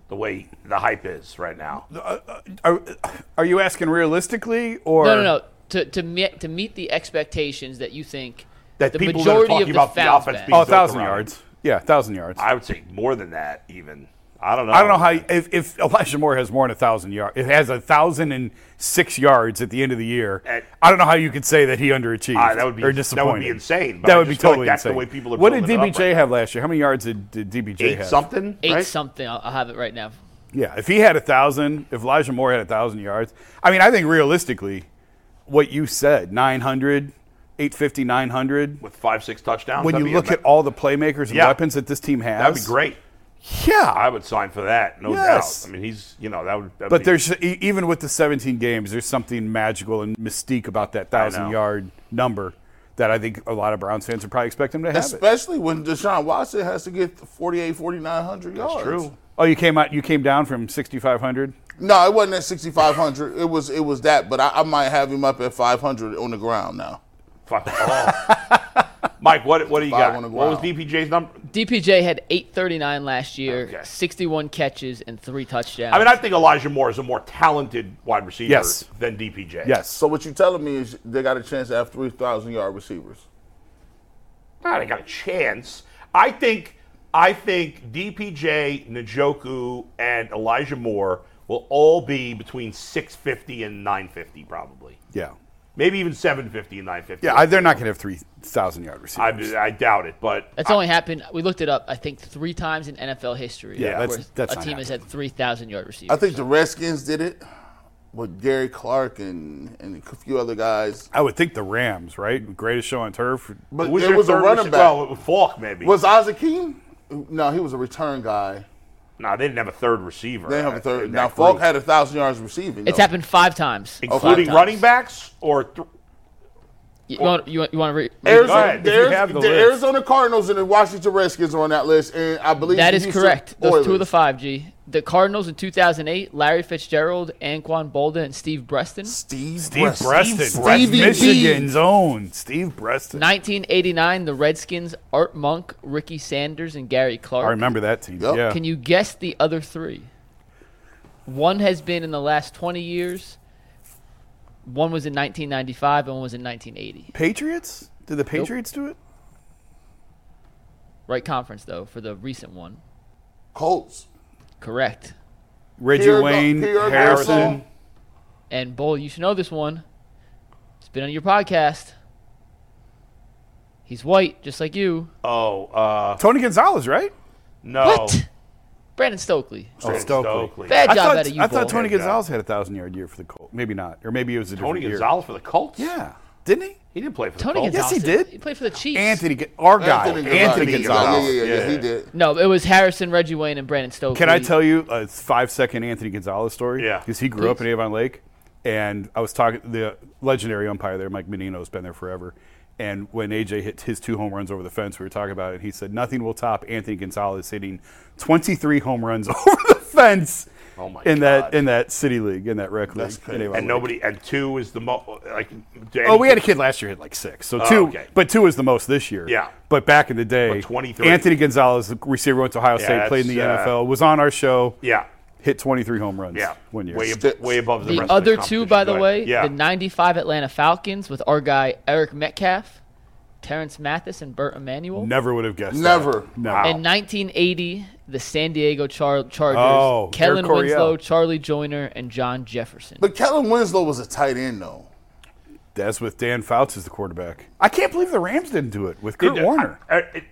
Speaker 2: the way the hype is right now.
Speaker 4: uh, Are, are you asking realistically or
Speaker 5: No, no, no. To to meet to meet the expectations that you think
Speaker 2: That
Speaker 5: the
Speaker 2: people that are
Speaker 5: majority
Speaker 2: talking
Speaker 5: of the
Speaker 2: about the
Speaker 5: Falcons
Speaker 2: offense
Speaker 5: back-
Speaker 4: Oh,
Speaker 2: being-
Speaker 4: a thousand
Speaker 2: Around.
Speaker 4: yards. Yeah, a thousand yards. I,
Speaker 2: I would say more than that, even. I don't know.
Speaker 4: don't know how if, if Elijah Moore has more than a thousand yards, it has a thousand and six yards at the end of the year.
Speaker 2: At-
Speaker 4: I don't know how you could say that he underachieved
Speaker 2: Ah, that would be-
Speaker 4: or
Speaker 2: that would be
Speaker 4: disappointed.
Speaker 2: insane, but
Speaker 4: That
Speaker 2: I
Speaker 4: would be
Speaker 2: just feel like
Speaker 4: totally
Speaker 2: that's the
Speaker 4: insane.
Speaker 2: way people are
Speaker 4: What did
Speaker 2: building it up
Speaker 4: DBJ
Speaker 2: right
Speaker 4: have last year? How many yards did, did DBJ
Speaker 2: Eight
Speaker 4: have?
Speaker 2: something?
Speaker 5: eight
Speaker 2: right?
Speaker 5: something. I'll, I'll have it right now.
Speaker 4: Yeah, if he had a thousand, if Elijah Moore had a thousand yards, I mean, I think realistically, what you said, 900, 850, 900,
Speaker 2: with five, six touchdowns.
Speaker 4: when
Speaker 2: that'd
Speaker 4: you
Speaker 2: be
Speaker 4: look
Speaker 2: ama-
Speaker 4: at all the playmakers and
Speaker 2: Yeah.
Speaker 4: weapons that this team has,
Speaker 2: that'd be great.
Speaker 4: Yeah,
Speaker 2: I would sign for that, no
Speaker 4: Yes.
Speaker 2: doubt. I mean, he's you know that would. that'd
Speaker 4: but
Speaker 2: be-
Speaker 4: there's e- even with the 17 games, there's something magical and mystique about that
Speaker 2: know.
Speaker 4: thousand yard number that I think a lot of Browns fans would probably expect him to have. it.
Speaker 3: Especially when Deshaun Watson has to get 48, 4,900 yards.
Speaker 2: That's true.
Speaker 4: Oh, you came out, you came down from 6,500.
Speaker 3: No, it wasn't at 6,500. It was it was that, but I, I might have him up at 500 on the ground now.
Speaker 2: Fuck. Oh. Mike, what what do you
Speaker 3: Five
Speaker 2: got?
Speaker 3: on the
Speaker 2: What was
Speaker 3: ground.
Speaker 2: DPJ's number?
Speaker 5: DPJ had 839 last year,
Speaker 2: Okay.
Speaker 5: 61 catches and three touchdowns.
Speaker 2: I mean, I think Elijah Moore is a more talented wide receiver
Speaker 4: Yes.
Speaker 2: than DPJ.
Speaker 4: Yes.
Speaker 3: So what you're telling me is they got a chance to have 3,000 yard receivers.
Speaker 2: God, I got a chance. I think I think DPJ, Najoku, and Elijah Moore will all be between 650 and 950 probably.
Speaker 4: Yeah.
Speaker 2: Maybe even 750 and 950.
Speaker 4: Yeah, I, they're not going to have 3,000 yard
Speaker 2: I,
Speaker 4: receivers.
Speaker 2: I doubt it, but
Speaker 5: That's only happened. We looked it up. I think three times in NFL history.
Speaker 4: Yeah, that's-
Speaker 5: where
Speaker 4: that's
Speaker 5: a
Speaker 4: not
Speaker 5: team has had three thousand yard receivers.
Speaker 3: I think the Redskins did it with Gary Clark and, and a few other guys.
Speaker 4: I would think the Rams, right? Greatest show on turf.
Speaker 3: But
Speaker 2: who's
Speaker 3: there
Speaker 2: your
Speaker 3: was a
Speaker 2: third
Speaker 3: running
Speaker 2: rece-
Speaker 3: back.
Speaker 2: Well, Falk maybe.
Speaker 3: was Isaac Keene? No, he was a return guy.
Speaker 2: no, they didn't have a third receiver.
Speaker 3: They have a
Speaker 2: in
Speaker 3: third.
Speaker 2: that
Speaker 3: Now Falk
Speaker 2: group.
Speaker 3: had a thousand yards receiving.
Speaker 5: it's
Speaker 3: though.
Speaker 5: happened five times. Five
Speaker 2: including
Speaker 5: times.
Speaker 2: running backs or th-
Speaker 5: You want you want, you want to re-
Speaker 3: Arizona,
Speaker 2: Go ahead, if you
Speaker 3: there's-
Speaker 4: have the
Speaker 3: the
Speaker 4: list.
Speaker 3: Arizona Cardinals and the Washington Redskins are on that list, and I believe
Speaker 5: that
Speaker 3: the
Speaker 5: is
Speaker 3: Houston
Speaker 5: correct. Those two of
Speaker 3: Oilers.
Speaker 5: the five. G. The Cardinals in two thousand eight. Larry Fitzgerald, Anquan Bolden, and Steve Breston.
Speaker 3: Steve,
Speaker 4: Steve Breston.
Speaker 3: Stevie
Speaker 4: Michigan's own Steve Breston.
Speaker 5: 1989, the Redskins, Art Monk, Ricky Sanders, and Gary Clark.
Speaker 4: I remember that team.
Speaker 3: Yep.
Speaker 4: Yeah.
Speaker 5: Can you guess the other three? One has been in the last 20 years. One was in 1995, and one was in 1980.
Speaker 4: Patriots? Did the Patriots do it?
Speaker 5: Right conference though for the recent one.
Speaker 3: Colts.
Speaker 5: Correct.
Speaker 4: Reggie
Speaker 3: Pierre Gar-
Speaker 4: Wayne,
Speaker 3: Pierre
Speaker 4: Harrison.
Speaker 3: Garcon.
Speaker 5: And Bull, you should know this one. It's been on your podcast. He's white, just like you.
Speaker 2: oh uh,
Speaker 4: Tony Gonzalez, right?
Speaker 2: no
Speaker 5: What? Brandon Stokely.
Speaker 3: Oh,
Speaker 2: Brandon
Speaker 4: Stokely.
Speaker 2: Stokely.
Speaker 5: Bad
Speaker 4: Oh. I
Speaker 5: job
Speaker 4: thought,
Speaker 5: out of you,
Speaker 4: I thought
Speaker 5: Bull.
Speaker 4: Tony
Speaker 2: Yeah.
Speaker 4: Gonzalez had a thousand yard year for the Colts. Maybe not. Or maybe it was a different
Speaker 2: Tony
Speaker 4: year.
Speaker 2: Gonzalez for the Colts.
Speaker 4: Yeah. Didn't he?
Speaker 2: he didn't play for the
Speaker 5: Tony
Speaker 2: Colts.
Speaker 5: Gonzalez.
Speaker 4: he did.
Speaker 5: He played for the Chiefs.
Speaker 4: Anthony, Gon- our guy,
Speaker 3: Anthony
Speaker 4: Anthony,
Speaker 3: Gonzalez.
Speaker 4: Gonzalez.
Speaker 3: Yeah, yeah, yeah,
Speaker 2: Yeah.
Speaker 3: He did.
Speaker 5: No, it was Harrison, Reggie Wayne, and Brandon Stokely.
Speaker 4: Can I tell you a five second Anthony Gonzalez story?
Speaker 2: Yeah.
Speaker 4: Because he grew up in Avon Lake, and I was talking the legendary umpire there, Mike Menino, has been there forever. And when AJ hit his two home runs over the fence, we were talking about it. And he said nothing will top Anthony Gonzalez hitting 23 home runs over the fence
Speaker 2: Oh my
Speaker 4: in
Speaker 2: God.
Speaker 4: that in that city league in that rec league. in Avon Lake.
Speaker 2: And nobody and two is the mo like.
Speaker 4: Oh, we had a kid last year hit like six. So
Speaker 2: Oh,
Speaker 4: two,
Speaker 2: okay.
Speaker 4: but two is the most this year.
Speaker 2: Yeah.
Speaker 4: But back in the day,
Speaker 2: But 23.
Speaker 4: Anthony Gonzalez, the receiver, went to Ohio State, played in the
Speaker 2: that's, uh,
Speaker 4: NFL, was on our show.
Speaker 2: Yeah,
Speaker 4: Hit 23 home runs
Speaker 2: yeah.
Speaker 4: one year.
Speaker 2: way, ab-
Speaker 3: Six.
Speaker 2: way above the,
Speaker 5: the
Speaker 2: rest of
Speaker 5: other two,
Speaker 2: competition.
Speaker 5: by the
Speaker 2: Go
Speaker 5: way,
Speaker 2: ahead. yeah.
Speaker 5: the 95 Atlanta Falcons with our guy Eric Metcalf, Terrence Mathis, and Burt Emanuel.
Speaker 4: Never would have guessed.
Speaker 3: Never.
Speaker 4: That. No.
Speaker 5: In 1980, the San Diego Char- Chargers,
Speaker 4: Oh,
Speaker 5: Kellen
Speaker 4: Eric Coryell.
Speaker 5: Winslow, Charlie Joyner, and John Jefferson.
Speaker 3: But Kellen Winslow was a tight end though.
Speaker 4: That's with Dan Fouts as the quarterback. I can't believe the Rams didn't do it with Kurt
Speaker 2: Did-
Speaker 4: Warner.
Speaker 2: I- I- it-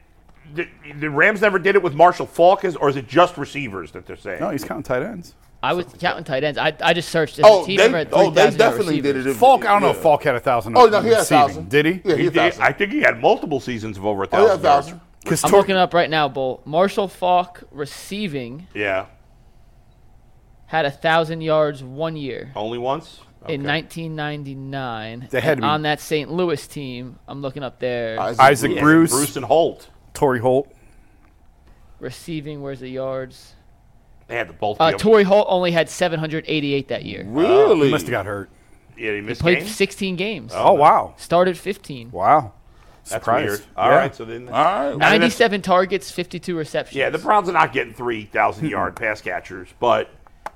Speaker 2: the, the Rams never did it with Marshall Falk, is, or is it just receivers that they're saying?
Speaker 4: no, he's counting tight ends.
Speaker 5: I was counting tight ends. I, I just searched. as a
Speaker 3: Oh,
Speaker 5: team
Speaker 3: they,
Speaker 5: member at
Speaker 3: oh, they
Speaker 5: 3,000 yard
Speaker 3: definitely did
Speaker 5: receivers.
Speaker 3: it. in-
Speaker 4: Falk, I don't know if
Speaker 3: yeah.
Speaker 4: Falk had a thousand.
Speaker 3: Oh no, he had a
Speaker 4: receiving.
Speaker 3: thousand.
Speaker 4: Did he?
Speaker 3: Yeah, he
Speaker 2: He
Speaker 3: had a
Speaker 2: did- I
Speaker 3: thousand.
Speaker 2: think he had multiple seasons of over a
Speaker 3: Oh, he had
Speaker 2: thousand.
Speaker 3: a thousand.
Speaker 4: Because
Speaker 5: I'm
Speaker 4: Tor-
Speaker 5: looking it up right now, Bull. Marshall Falk receiving
Speaker 2: Yeah,
Speaker 5: had a 1,000 yards one year.
Speaker 2: only once.
Speaker 5: In 1999,
Speaker 4: They had
Speaker 5: and
Speaker 4: to be-
Speaker 5: on that St. Louis team, I'm looking up there.
Speaker 4: Isaac
Speaker 3: Bruce.
Speaker 4: Bruce,
Speaker 2: Bruce and Holt.
Speaker 4: Torrey Holt.
Speaker 5: receiving. Where's the yards?
Speaker 2: They had the both.
Speaker 5: Uh,
Speaker 2: be-
Speaker 5: Torrey Holt only had 788 that year.
Speaker 3: Really?
Speaker 4: He must have got hurt.
Speaker 2: yeah, he missed
Speaker 5: Played
Speaker 2: games.
Speaker 5: 16 games.
Speaker 4: Oh wow,
Speaker 5: Started 15.
Speaker 4: wow.
Speaker 2: That's
Speaker 4: Surprised.
Speaker 2: weird.
Speaker 4: Yeah.
Speaker 2: All right, so then.
Speaker 3: All right.
Speaker 5: 97 targets, 52 receptions.
Speaker 2: Yeah, the Browns are not getting three thousand yard pass catchers, but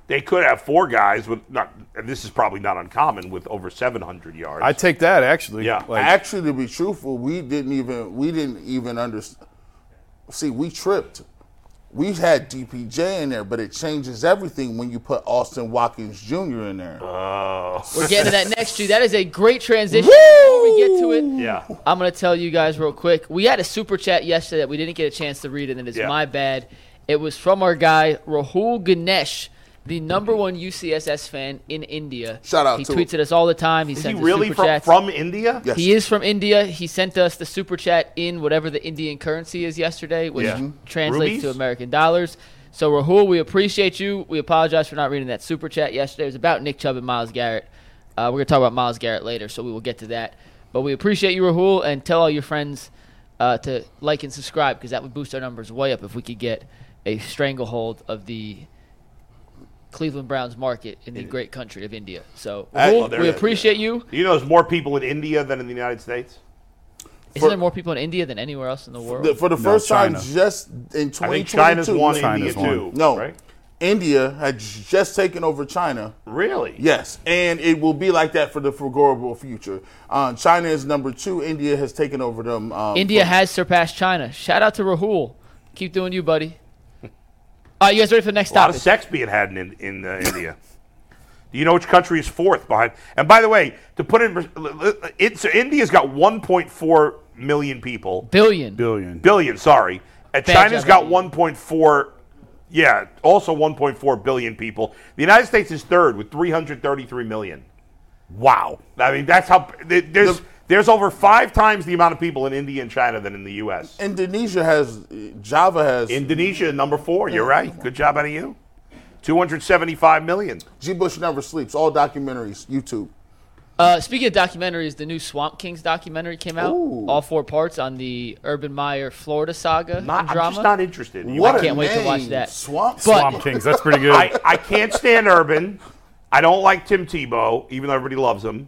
Speaker 2: they could have four guys with not. And this is probably not uncommon with over seven hundred yards.
Speaker 4: I take that actually.
Speaker 2: Yeah.
Speaker 4: Like,
Speaker 3: Actually, to be truthful, we didn't even we didn't even understand. See, we tripped. We had DPJ in there, but it changes everything when you put Austin Watkins Jr. in there.
Speaker 2: Uh-huh.
Speaker 5: We're getting to that next, G. That is a great transition. Before we get to it,
Speaker 2: yeah,
Speaker 5: I'm going to tell you guys real quick. We had a super chat yesterday that we didn't get a chance to read, and it is
Speaker 2: Yeah.
Speaker 5: my bad. It was from our guy, Rahul Ganesh. the number one UCSS fan in India.
Speaker 3: Shout out
Speaker 5: He
Speaker 3: to
Speaker 5: tweets
Speaker 3: him.
Speaker 5: at us all the time. He
Speaker 2: Is he
Speaker 5: sends us
Speaker 2: really
Speaker 5: super
Speaker 2: from,
Speaker 5: chats.
Speaker 2: from India?
Speaker 3: Yes.
Speaker 5: He is from India. He sent us the super chat in whatever the Indian currency is yesterday, which
Speaker 2: Yeah.
Speaker 5: translates to
Speaker 2: Rupees?
Speaker 5: American dollars. So Rahul, we appreciate you. We apologize for not reading that super chat yesterday. It was about Nick Chubb and Miles Garrett. Uh, we're gonna talk about Miles Garrett later, so we will get to that. But we appreciate you, Rahul, and tell all your friends uh, to like and subscribe because that would boost our numbers way up if we could get a stranglehold of the Cleveland Browns market in the great country of India. So
Speaker 2: well,
Speaker 5: Rahul,
Speaker 2: there
Speaker 5: we
Speaker 2: it is.
Speaker 5: appreciate you.
Speaker 2: You know, there's more people in India than in the United States.
Speaker 5: Isn't
Speaker 3: For-
Speaker 5: there more people in India than anywhere else in the world?
Speaker 3: The- for the first
Speaker 4: China.
Speaker 3: time, just in
Speaker 2: I think
Speaker 3: 2022,
Speaker 2: China's one,
Speaker 4: China's
Speaker 2: India
Speaker 4: one.
Speaker 2: two.
Speaker 3: No,
Speaker 2: right?
Speaker 3: India had j- just taken over China.
Speaker 2: Really?
Speaker 3: Yes, and it will be like that for the foreseeable future. Uh, China is number two. India has taken over them. Um,
Speaker 5: India
Speaker 3: from-
Speaker 5: has surpassed China. Shout out to Rahul. Keep doing you, buddy. All right, you guys ready for the next
Speaker 2: A lot
Speaker 5: topic?
Speaker 2: of sex being had in in uh, India. Do you know which country is fourth behind? And by the way, to put it, in- it's India's got 1.4 million people,
Speaker 5: Billion.
Speaker 4: Billion.
Speaker 2: billion. Sorry, and
Speaker 5: Bad
Speaker 2: China's
Speaker 5: job,
Speaker 2: got
Speaker 5: India.
Speaker 2: 1.4. Yeah, also 1.4 billion people. The United States is third with 333 million. Wow. I mean, that's how th- there's there's over five times the amount of people in India and China than in the U.S.
Speaker 3: Indonesia has Java has
Speaker 2: Indonesia number four. You're right. Good job out of you. 275 million.
Speaker 3: G. Bush never sleeps. All documentaries, YouTube.
Speaker 5: Uh, speaking of documentaries, the new Swamp Kings documentary came out. All four parts on the Urban Meyer Florida saga
Speaker 2: Not,
Speaker 5: drama.
Speaker 2: I'm just not interested. You
Speaker 3: What
Speaker 2: know,
Speaker 3: a
Speaker 5: can't wait to watch
Speaker 3: name.
Speaker 5: that.
Speaker 3: Swamp.
Speaker 5: But-
Speaker 4: Swamp Kings. That's pretty good.
Speaker 2: I, I can't stand Urban. I don't like Tim Tebow, even though everybody loves him.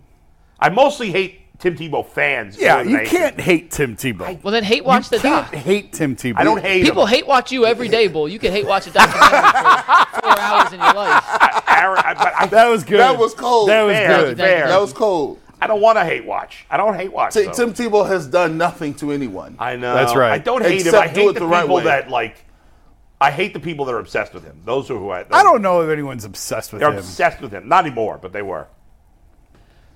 Speaker 2: I mostly hate Tim Tebow fans.
Speaker 4: yeah,
Speaker 2: in the
Speaker 4: you
Speaker 2: nation.
Speaker 4: can't hate Tim Tebow.
Speaker 5: well, then hate watch
Speaker 4: you
Speaker 5: the
Speaker 4: can't
Speaker 5: doc.
Speaker 4: hate Tim Tebow.
Speaker 2: I don't hate
Speaker 5: People
Speaker 2: him.
Speaker 5: hate watch you every day, bull. You can hate watch a documentary for four hours in your life.
Speaker 2: Aaron, I, but I,
Speaker 4: That was good.
Speaker 3: That was cold.
Speaker 4: That was
Speaker 2: fair,
Speaker 4: good.
Speaker 2: fair.
Speaker 3: That was cold.
Speaker 2: I don't want to hate watch. I don't hate watch.
Speaker 3: T-
Speaker 2: though.
Speaker 3: Tim Tebow has done nothing to anyone.
Speaker 2: I know.
Speaker 4: That's right.
Speaker 2: I don't hate him.
Speaker 3: Except
Speaker 2: I
Speaker 3: do
Speaker 2: hate
Speaker 3: it
Speaker 2: the,
Speaker 3: the right
Speaker 2: people
Speaker 3: way.
Speaker 2: that like. I hate the people that are obsessed with him. Those are who I.
Speaker 4: I don't know if anyone's obsessed with
Speaker 2: They're
Speaker 4: him.
Speaker 2: obsessed with him. Not anymore, but they were.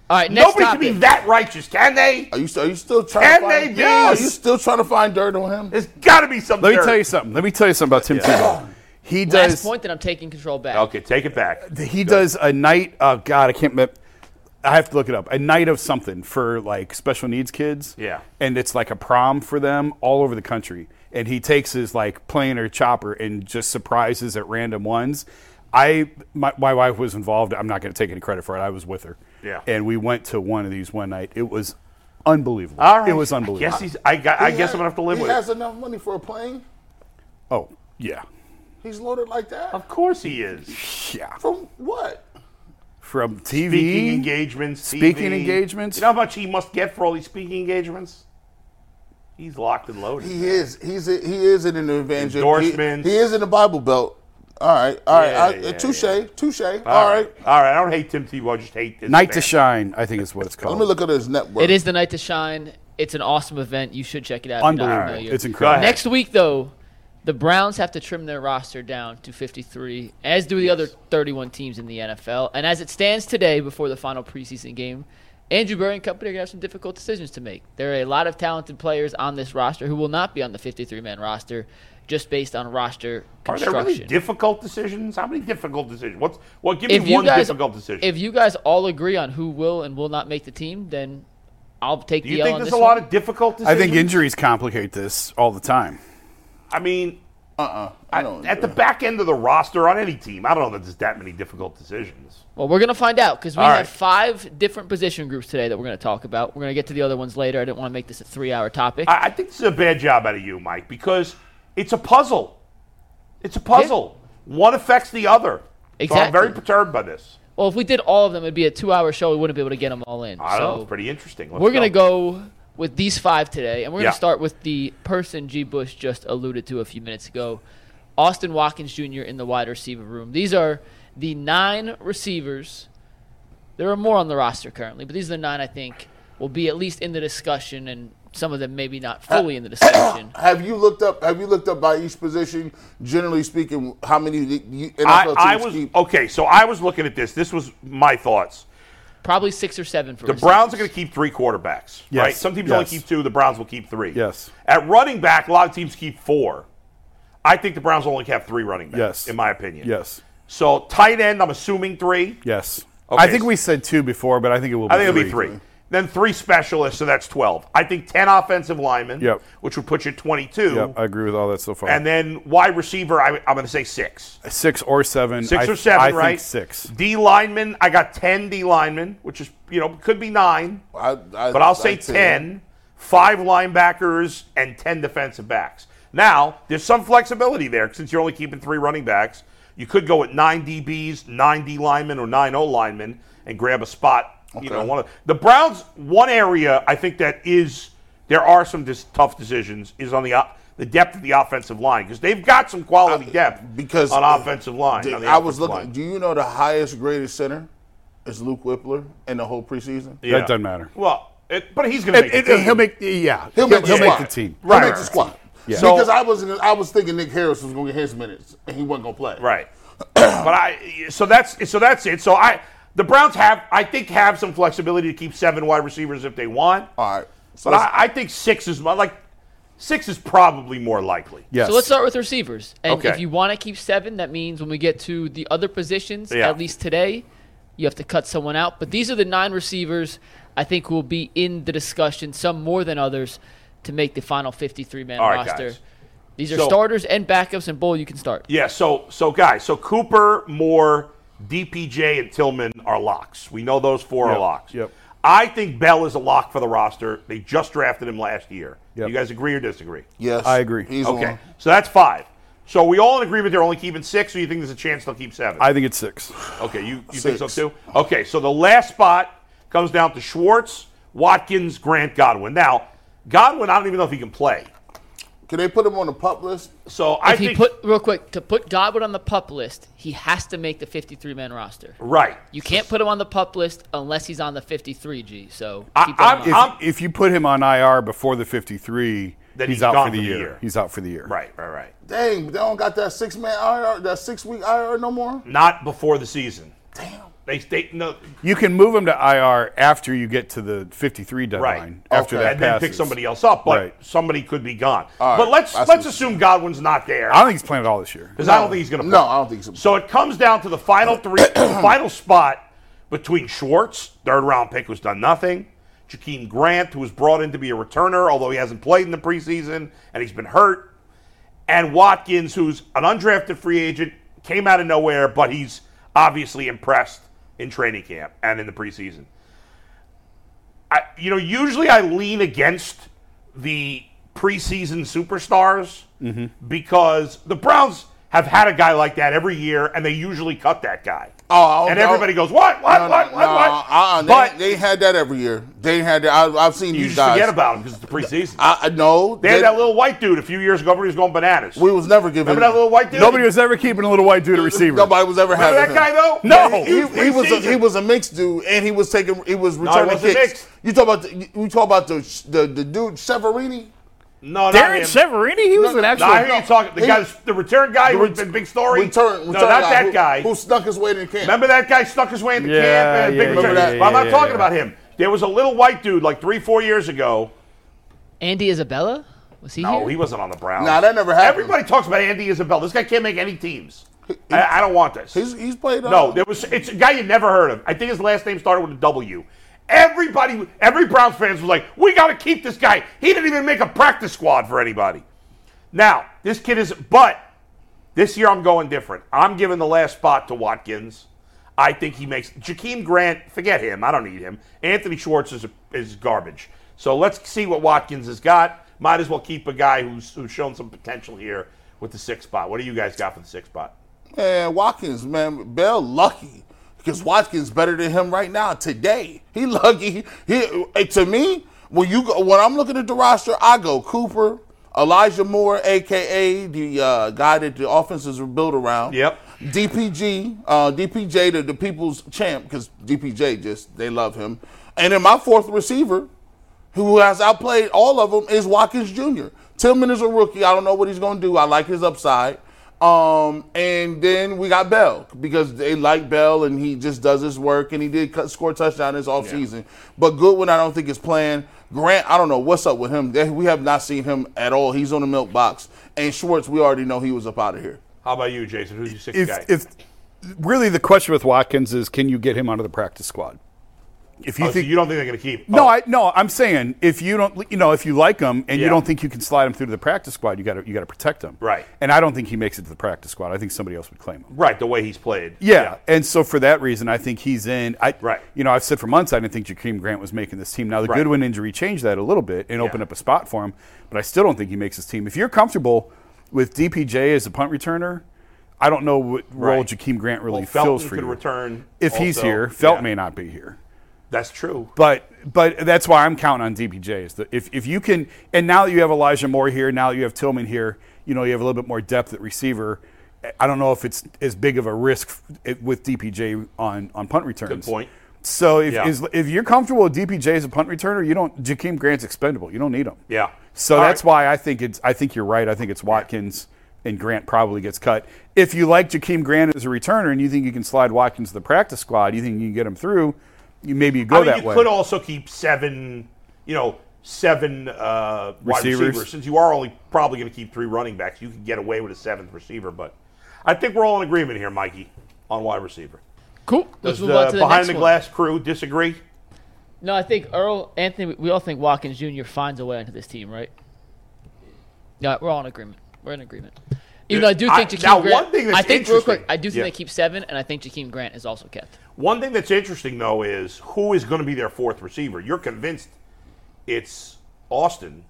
Speaker 5: All right, next
Speaker 2: Nobody
Speaker 5: topic.
Speaker 2: can be that righteous, can they?
Speaker 3: Are you st- are you still trying?
Speaker 2: Can
Speaker 3: to find,
Speaker 2: they be? Yes.
Speaker 3: Are you still trying to find dirt on him?
Speaker 2: There's got to be something.
Speaker 4: Let me tell you something. Let me tell you something about Tim Tebow. He
Speaker 5: Last
Speaker 4: does.
Speaker 5: point that I'm taking control back.
Speaker 2: Okay, take it back.
Speaker 4: He does a night. Oh God, I can't. remem- I have to look it up. A night of something for like special needs kids.
Speaker 2: Yeah.
Speaker 4: And it's like a prom for them all over the country. And he takes his like plane or chopper and just surprises at random ones. I my, my wife was involved. I'm not going to take any credit for it. I was with her.
Speaker 2: Yeah.
Speaker 4: And we went to one of these one night. It was unbelievable.
Speaker 2: All right.
Speaker 4: It was unbelievable.
Speaker 2: I guess, he's, I, got, I guess I'm gonna have to live
Speaker 3: he
Speaker 2: with
Speaker 3: He has
Speaker 2: it.
Speaker 3: enough money for a plane.
Speaker 4: oh yeah.
Speaker 3: He's loaded like that.
Speaker 2: Of course he is.
Speaker 4: Yeah.
Speaker 3: From what?
Speaker 4: From TV.
Speaker 2: Speaking engagements.
Speaker 4: Speaking
Speaker 2: TV.
Speaker 4: engagements?
Speaker 2: You know how much he must get for all these speaking engagements? He's locked and loaded.
Speaker 3: He is. He's. A, he is in an evangel.
Speaker 2: Endorsements.
Speaker 3: He, he is in the Bible Belt. All right. All right.
Speaker 2: Yeah,
Speaker 3: I- uh,
Speaker 2: yeah,
Speaker 3: touche.
Speaker 2: yeah.
Speaker 3: Touche. all right.
Speaker 2: All right. I don't hate Tim Tebow. I just hate this.
Speaker 4: Night to
Speaker 2: man.
Speaker 4: Shine, I think is what it's called.
Speaker 3: Let me look at his network.
Speaker 5: It is the night to shine. It's an awesome event. You should check it out. if you're not
Speaker 4: Unbelievable.
Speaker 5: familiar.
Speaker 4: It's incredible.
Speaker 2: ahead.
Speaker 5: Next week, though, the Browns have to trim their roster down to 53, as do the other 31 teams in the NFL. And as it stands today, before the final preseason game, Andrew Berry and company are going to have some difficult decisions to make. There are a lot of talented players on this roster who will not be on the 53 man roster just based on roster
Speaker 2: Are there
Speaker 5: construction.
Speaker 2: really difficult decisions? How many difficult decisions? What's well? Give
Speaker 5: if
Speaker 2: me
Speaker 5: you
Speaker 2: one
Speaker 5: guys,
Speaker 2: difficult decision.
Speaker 5: if you guys all agree on who will and will not make the team, then I'll take
Speaker 2: Do
Speaker 5: the
Speaker 2: you
Speaker 5: L
Speaker 2: think
Speaker 5: on
Speaker 2: there's
Speaker 5: this
Speaker 2: a
Speaker 5: one.
Speaker 2: lot of difficult
Speaker 4: I
Speaker 2: decisions?
Speaker 4: think injuries complicate this all the time.
Speaker 2: I mean,
Speaker 3: Uh-uh. I don't.
Speaker 2: at the back end of the roster on any team, I don't know that there's that many difficult decisions.
Speaker 5: Well, we're going to find out because we
Speaker 2: All
Speaker 5: have
Speaker 2: right.
Speaker 5: five different position groups today that we're going to talk about. We're going to get to the other ones later. I didn't want to make this a three hour topic.
Speaker 2: I, I think this is a bad job out of you, Mike, because it's a puzzle. It's a puzzle. One affects the other. So I'm
Speaker 5: Exactly.
Speaker 2: very perturbed by this.
Speaker 5: well, if we did all of them, it'd be a two hour show. We wouldn't be able to get them all in.
Speaker 2: I don't know.
Speaker 5: so
Speaker 2: It's pretty interesting. Let's
Speaker 5: we're going to go with these five today, and we're going
Speaker 2: Yeah.
Speaker 5: to start with the person G. Bush just alluded to a few minutes ago Austin Watkins Jr. in the wide receiver room. These are the nine receivers. There are more on the roster currently, but these are the nine I think will be at least in the discussion, and some of them maybe not
Speaker 2: Uh,
Speaker 5: fully in the discussion.
Speaker 3: Have you looked up? Have you looked up by each position? Generally speaking, how many the- you- NFL
Speaker 2: I,
Speaker 3: teams
Speaker 2: I was
Speaker 3: keep?
Speaker 2: okay. So I was looking at this. This was my thoughts.
Speaker 5: Probably six or seven for
Speaker 2: The Browns are
Speaker 5: receivers.
Speaker 2: going to keep three quarterbacks,
Speaker 4: Yes.
Speaker 2: right? Some teams only
Speaker 4: Yes.
Speaker 2: keep two. The Browns will keep three.
Speaker 4: Yes.
Speaker 2: At running back, a lot of teams keep four. I think the Browns only have three running backs.
Speaker 4: Yes.
Speaker 2: In my opinion.
Speaker 4: Yes.
Speaker 2: So tight end, I'm assuming three.
Speaker 4: Yes.
Speaker 2: Okay.
Speaker 4: I think we said two before, but I think it will be
Speaker 2: I think it'll be three. Then three specialists, so that's 12. I think 10 offensive linemen,
Speaker 4: Yep.
Speaker 2: which would put you at 22.
Speaker 4: Yep, I agree with all that so far.
Speaker 2: And then wide receiver, I, I'm going to say six.
Speaker 4: six or seven.
Speaker 2: Six
Speaker 4: I-
Speaker 2: or seven,
Speaker 4: I
Speaker 2: right?
Speaker 4: Think six.
Speaker 2: D linemen, I got 10 D linemen, which is, you know, could be nine,
Speaker 3: I, I,
Speaker 2: but I'll say
Speaker 3: I'd
Speaker 2: 10, five linebackers, and 10 defensive backs. Now, there's some flexibility there since you're only keeping three running backs. You could go with nine DBs, nine D linemen, or nine O linemen and grab a spot. You know, one of the Browns. One area I think that is there are some dis- tough decisions is on the op- the depth of the offensive line because they've got some quality depth
Speaker 3: Uh, because
Speaker 2: on offensive line.
Speaker 3: Dude,
Speaker 2: on the
Speaker 3: I was
Speaker 2: offensive
Speaker 3: looking.
Speaker 2: line.
Speaker 3: Do you know the highest graded center is Luke Whippler in the whole preseason?
Speaker 2: Yeah.
Speaker 4: That doesn't matter.
Speaker 2: Well, it, but he's going to make
Speaker 4: It-
Speaker 2: the team.
Speaker 4: he'll make. Yeah,
Speaker 3: He'll make the
Speaker 4: he'll make
Speaker 3: squad.
Speaker 4: the team.
Speaker 2: Right,
Speaker 3: He'll
Speaker 2: right,
Speaker 3: make the
Speaker 2: right.
Speaker 3: squad.
Speaker 4: Yeah.
Speaker 3: Because I wasn't. I was thinking Nick Harris was going to get his minutes, and he wasn't going to play.
Speaker 2: Right. but I so that's so that's it. So I the Browns have I think have some flexibility to keep seven wide receivers if they want.
Speaker 3: All right. So
Speaker 2: But I, I think six is my like six is probably more likely.
Speaker 4: Yes.
Speaker 5: So let's start with receivers. And if
Speaker 2: Okay.
Speaker 5: you want to keep seven, that means when we get to the other positions,
Speaker 2: Yeah.
Speaker 5: at least today, you have to cut someone out. But these are the nine receivers I think will be in the discussion, some more than others, to make the final 53 man
Speaker 2: All right,
Speaker 5: roster.
Speaker 2: guys.
Speaker 5: These are
Speaker 2: So-
Speaker 5: starters and backups, and Bull, you can start.
Speaker 2: Yeah, so so guys, so Cooper, Moore, DPJ, and Tillman are locks. We know those four
Speaker 4: Yep,
Speaker 2: are locks.
Speaker 4: yep.
Speaker 2: I think Bell is a lock for the roster. They just drafted him last year.
Speaker 4: Yep.
Speaker 2: You guys agree or disagree?
Speaker 3: yes,
Speaker 4: I agree.
Speaker 3: He's
Speaker 2: Okay.
Speaker 3: one.
Speaker 2: So that's five. So we all in agreement they're only keeping six, or you think there's a chance they'll keep seven?
Speaker 4: I think it's six.
Speaker 2: Okay, you, you think so
Speaker 3: Six.
Speaker 2: too? Okay, so the last spot comes down to Schwartz, Watkins, Grant, Godwin. Now, Godwin, I don't even know if he can play.
Speaker 3: Can they put him on the pup list?
Speaker 2: So I
Speaker 5: if he
Speaker 2: think
Speaker 5: put real quick to put Godwin on the pup list, he has to make the 53 man roster.
Speaker 2: right.
Speaker 5: You can't put him on the pup list unless he's on the 53 G. So
Speaker 2: I-
Speaker 5: keep that in
Speaker 2: I'm-
Speaker 5: mind.
Speaker 4: If,
Speaker 2: I'm-
Speaker 4: if you put him on IR before the 53,
Speaker 2: Then
Speaker 4: he's,
Speaker 2: he's
Speaker 4: out
Speaker 2: gone
Speaker 4: for the, year. He's out for the year.
Speaker 2: Right, right, right.
Speaker 3: Dang, they don't got that six man IR, that six week IR no more.
Speaker 2: Not before the season. Damn. They they no
Speaker 4: You can move him to IR after you get to the 53
Speaker 2: right.
Speaker 4: deadline. After that
Speaker 2: and then pick
Speaker 4: passes.
Speaker 2: somebody else up, but
Speaker 4: Right.
Speaker 2: somebody could be gone.
Speaker 3: right,
Speaker 2: But let's
Speaker 3: I see
Speaker 2: let's
Speaker 3: what
Speaker 2: assume Godwin's not there.
Speaker 4: I don't think he's playing at all this year.
Speaker 2: Because I don't think he's going to
Speaker 3: No, I don't think so.
Speaker 2: So it comes down to the final three, the final spot between Schwartz, third round pick who's done nothing, Jakeem Grant, who was brought in to be a returner, although he hasn't played in the preseason and he's been hurt, and Watkins, who's an undrafted free agent, came out of nowhere, but he's obviously impressed in training camp and in the preseason. I, you know, usually I lean against the preseason superstars
Speaker 3: Mm-hmm.
Speaker 2: because the Browns have had a guy like that every year, and they usually cut that guy.
Speaker 3: Oh,
Speaker 2: and
Speaker 3: no.
Speaker 2: everybody goes, "What? What?
Speaker 3: No, no,
Speaker 2: what? What?
Speaker 3: no,
Speaker 2: what?"
Speaker 3: Uh-uh. They,
Speaker 2: but
Speaker 3: they had that every year. They had that. I, I've seen
Speaker 2: you
Speaker 3: these
Speaker 2: just
Speaker 3: guys. uh,
Speaker 2: forget about him because it's the preseason.
Speaker 3: I, I no.
Speaker 2: they had that little white dude a few years ago. Everybody was going bananas.
Speaker 3: We was never giving.
Speaker 2: Remember that little white dude?
Speaker 4: Nobody was ever keeping a little white dude a receiver.
Speaker 3: Nobody was ever
Speaker 2: Remember that
Speaker 3: having
Speaker 2: guy
Speaker 3: him.
Speaker 2: though?
Speaker 4: No.
Speaker 3: He, he was a, he was a mixed dude, and he was taking he was returning
Speaker 2: wasn't
Speaker 3: kicks.
Speaker 2: mixed.
Speaker 3: You talk about the, you talk about the the, the dude Severini.
Speaker 2: no, not
Speaker 4: Darren
Speaker 2: him.
Speaker 4: Severini, he was
Speaker 3: No,
Speaker 4: an
Speaker 3: no,
Speaker 2: No, I hear
Speaker 4: actual.
Speaker 2: you talking. The
Speaker 3: He-
Speaker 2: guy, the return guy,
Speaker 3: The
Speaker 2: who
Speaker 3: ret-
Speaker 2: been big story.
Speaker 3: Return,
Speaker 2: no,
Speaker 3: return
Speaker 2: not
Speaker 3: guy
Speaker 2: that
Speaker 3: who,
Speaker 2: guy.
Speaker 3: who snuck his way to the camp.
Speaker 2: Remember that guy stuck his way into
Speaker 4: Yeah,
Speaker 2: camp and
Speaker 4: yeah,
Speaker 2: big
Speaker 4: yeah,
Speaker 2: return.
Speaker 3: yeah, yeah,
Speaker 2: But I'm not
Speaker 4: yeah,
Speaker 2: talking
Speaker 4: yeah.
Speaker 2: about him. There was a little white dude like three, four years ago.
Speaker 5: Andy Isabella was he
Speaker 2: No,
Speaker 5: here?
Speaker 2: he wasn't on the Browns.
Speaker 3: Nah, that never happened.
Speaker 2: Everybody talks about Andy Isabel. This guy can't make any teams. I, I don't want this.
Speaker 3: He's he's played. uh,
Speaker 2: no, there was it's a guy you never heard of. I think his last name started with a W. Everybody, every Browns fans was like, "We got to keep this guy. He didn't even make a practice squad for anybody." Now this kid is, but this year I'm going different. I'm giving the last spot to Watkins. I think he makes Jakeem Grant. Forget him. I don't need him. Anthony Schwartz is is garbage. So let's see what Watkins has got. Might as well keep a guy who's who's shown some potential here with the sixth spot. What do you guys got for the sixth spot?
Speaker 3: man, Watkins, man, Bell lucky because Watkins better than him right now today. He lucky. He, he to me when you go, when I'm looking at the roster, I go Cooper, Elijah Moore, aka the uh, guy that the offenses are built around.
Speaker 2: Yep.
Speaker 3: DPG, uh, DPJ, the, the people's champ because DPJ just they love him. And then my fourth receiver, who has outplayed all of them is Watkins Jr. Tillman is a rookie. I don't know what he's going to do. I like his upside. Um, and then we got Bell because they like Bell and he just does his work and he did cut, score touchdown this offseason. But Goodwin, I don't think is playing. Grant, I don't know what's up with him. They- We have not seen him at all. He's on the milk box. And Schwartz, we already know he was up out of here.
Speaker 2: How about you, Jason? Who's your sixth
Speaker 4: If,
Speaker 2: guy?
Speaker 4: if really the question with Watkins is can you get him out of the practice squad? If you
Speaker 2: Oh, so
Speaker 4: think
Speaker 2: you don't think they're going to keep?
Speaker 4: no,
Speaker 2: oh,
Speaker 4: I no, I'm saying if you don't, you know, if you like him and you
Speaker 2: Yeah.
Speaker 4: don't think you can slide him through to the practice squad, you got to you got to protect him.
Speaker 2: Right.
Speaker 4: And I don't think he makes it to the practice squad. I think somebody else would claim him.
Speaker 2: right. The way he's played.
Speaker 4: Yeah. And so for that reason, I think he's in. I,
Speaker 2: Right.
Speaker 4: You know, I've said for months I didn't think Jakeem Grant was making this team. Now the
Speaker 2: Right.
Speaker 4: Goodwin injury changed that a little bit and opened up a spot for him, but I still don't think he makes his team. If you're comfortable with DPJ as a punt returner, I don't know what role
Speaker 2: Right.
Speaker 4: Jakeem Grant really
Speaker 2: Well, Felton
Speaker 4: fills for
Speaker 2: could
Speaker 4: you.
Speaker 2: return
Speaker 4: if he's
Speaker 2: also.
Speaker 4: here. Felt
Speaker 2: Yeah.
Speaker 4: may not be here.
Speaker 2: That's true.
Speaker 4: But but that's why I'm counting on DPJ. Is that if if you can, and now that you have Elijah Moore here, now that you have Tillman here, you know you have a little bit more depth at receiver. I don't know if it's as big of a risk f- with DPJ on on punt returns.
Speaker 2: Good point.
Speaker 4: So if
Speaker 2: Yeah.
Speaker 4: is, if you're comfortable with DPJ as a punt returner, you don't. Jakeem Grant's expendable. You don't need him.
Speaker 2: Yeah.
Speaker 4: So
Speaker 2: All
Speaker 4: that's
Speaker 2: right.
Speaker 4: why I think it's. I think you're right. I think it's Watkins and Grant probably gets cut. If you like Jakeem Grant as a returner and you think you can slide Watkins to the practice squad, you think you can get him through. You maybe you go
Speaker 2: I mean,
Speaker 4: that
Speaker 2: you
Speaker 4: way.
Speaker 2: could also keep seven, you know, seven uh, wide
Speaker 4: Receivers.
Speaker 2: receivers. Since you are only probably going to keep three running backs, you can get away with a seventh receiver. But I think we're all in agreement here, Mikey, on wide receiver.
Speaker 5: Cool. Let's
Speaker 2: Does
Speaker 5: move on
Speaker 2: the
Speaker 5: to the
Speaker 2: behind
Speaker 5: next
Speaker 2: the
Speaker 5: one.
Speaker 2: glass crew disagree?
Speaker 5: No, I think Earl Anthony. We all think Watkins Jr. finds a way into this team, right? Yeah, we're all in agreement. We're in agreement. Even though I do
Speaker 2: I-
Speaker 5: think Jakeem
Speaker 2: now,
Speaker 5: Grant.
Speaker 2: one thing that's
Speaker 5: I think real
Speaker 2: interesting-
Speaker 5: quick. I do think
Speaker 2: Yeah.
Speaker 5: they keep seven, and I think Jakeem Grant is also kept.
Speaker 2: One thing that's interesting though is who is going to be their fourth receiver. You're convinced it's Austin,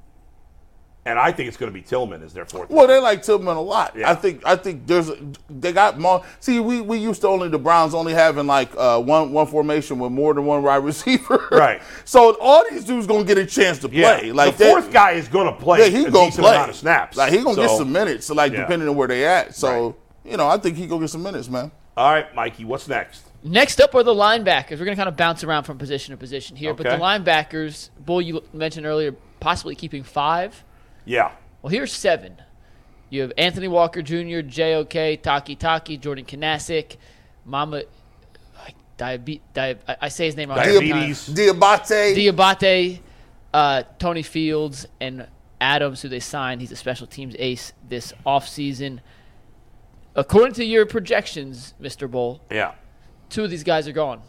Speaker 2: and I think it's going to be Tillman as their fourth.
Speaker 3: Well, they like Tillman a lot.
Speaker 2: Yeah.
Speaker 3: I think I think there's they got more. See, we, we used to only the Browns only having like uh, one one formation with more than one wide receiver.
Speaker 2: Right.
Speaker 3: so all these dudes gonna get a chance to
Speaker 2: Yeah,
Speaker 3: play. Like
Speaker 2: the
Speaker 3: they-
Speaker 2: fourth guy is going to play.
Speaker 3: yeah, he
Speaker 2: a
Speaker 3: gonna
Speaker 2: decent
Speaker 3: play.
Speaker 2: amount of snaps.
Speaker 3: Like he gonna get
Speaker 2: So-
Speaker 3: some minutes. So like
Speaker 2: Yeah.
Speaker 3: depending on where they at. So you know, I think he gonna get some minutes, man.
Speaker 2: All right, Mikey, what's next?
Speaker 5: Next up are the linebackers. We're going to kind of bounce around from position to position here, but
Speaker 2: Okay.
Speaker 5: the linebackers, Bull, you mentioned earlier, possibly keeping five.
Speaker 2: Yeah,
Speaker 5: Well, here's seven. You have Anthony Walker Jr., JOK, Taki Taki, Jordan Kanasic, Mama. I, diabe- di- I, I say his name wrong. every time.
Speaker 2: diabetes.
Speaker 3: Diabate.
Speaker 5: Diabate, uh, Tony Fields, and Adams, who they signed. He's a special teams ace this offseason. According to your projections, Mr. Bull,
Speaker 2: yeah.
Speaker 5: two of these guys are gone.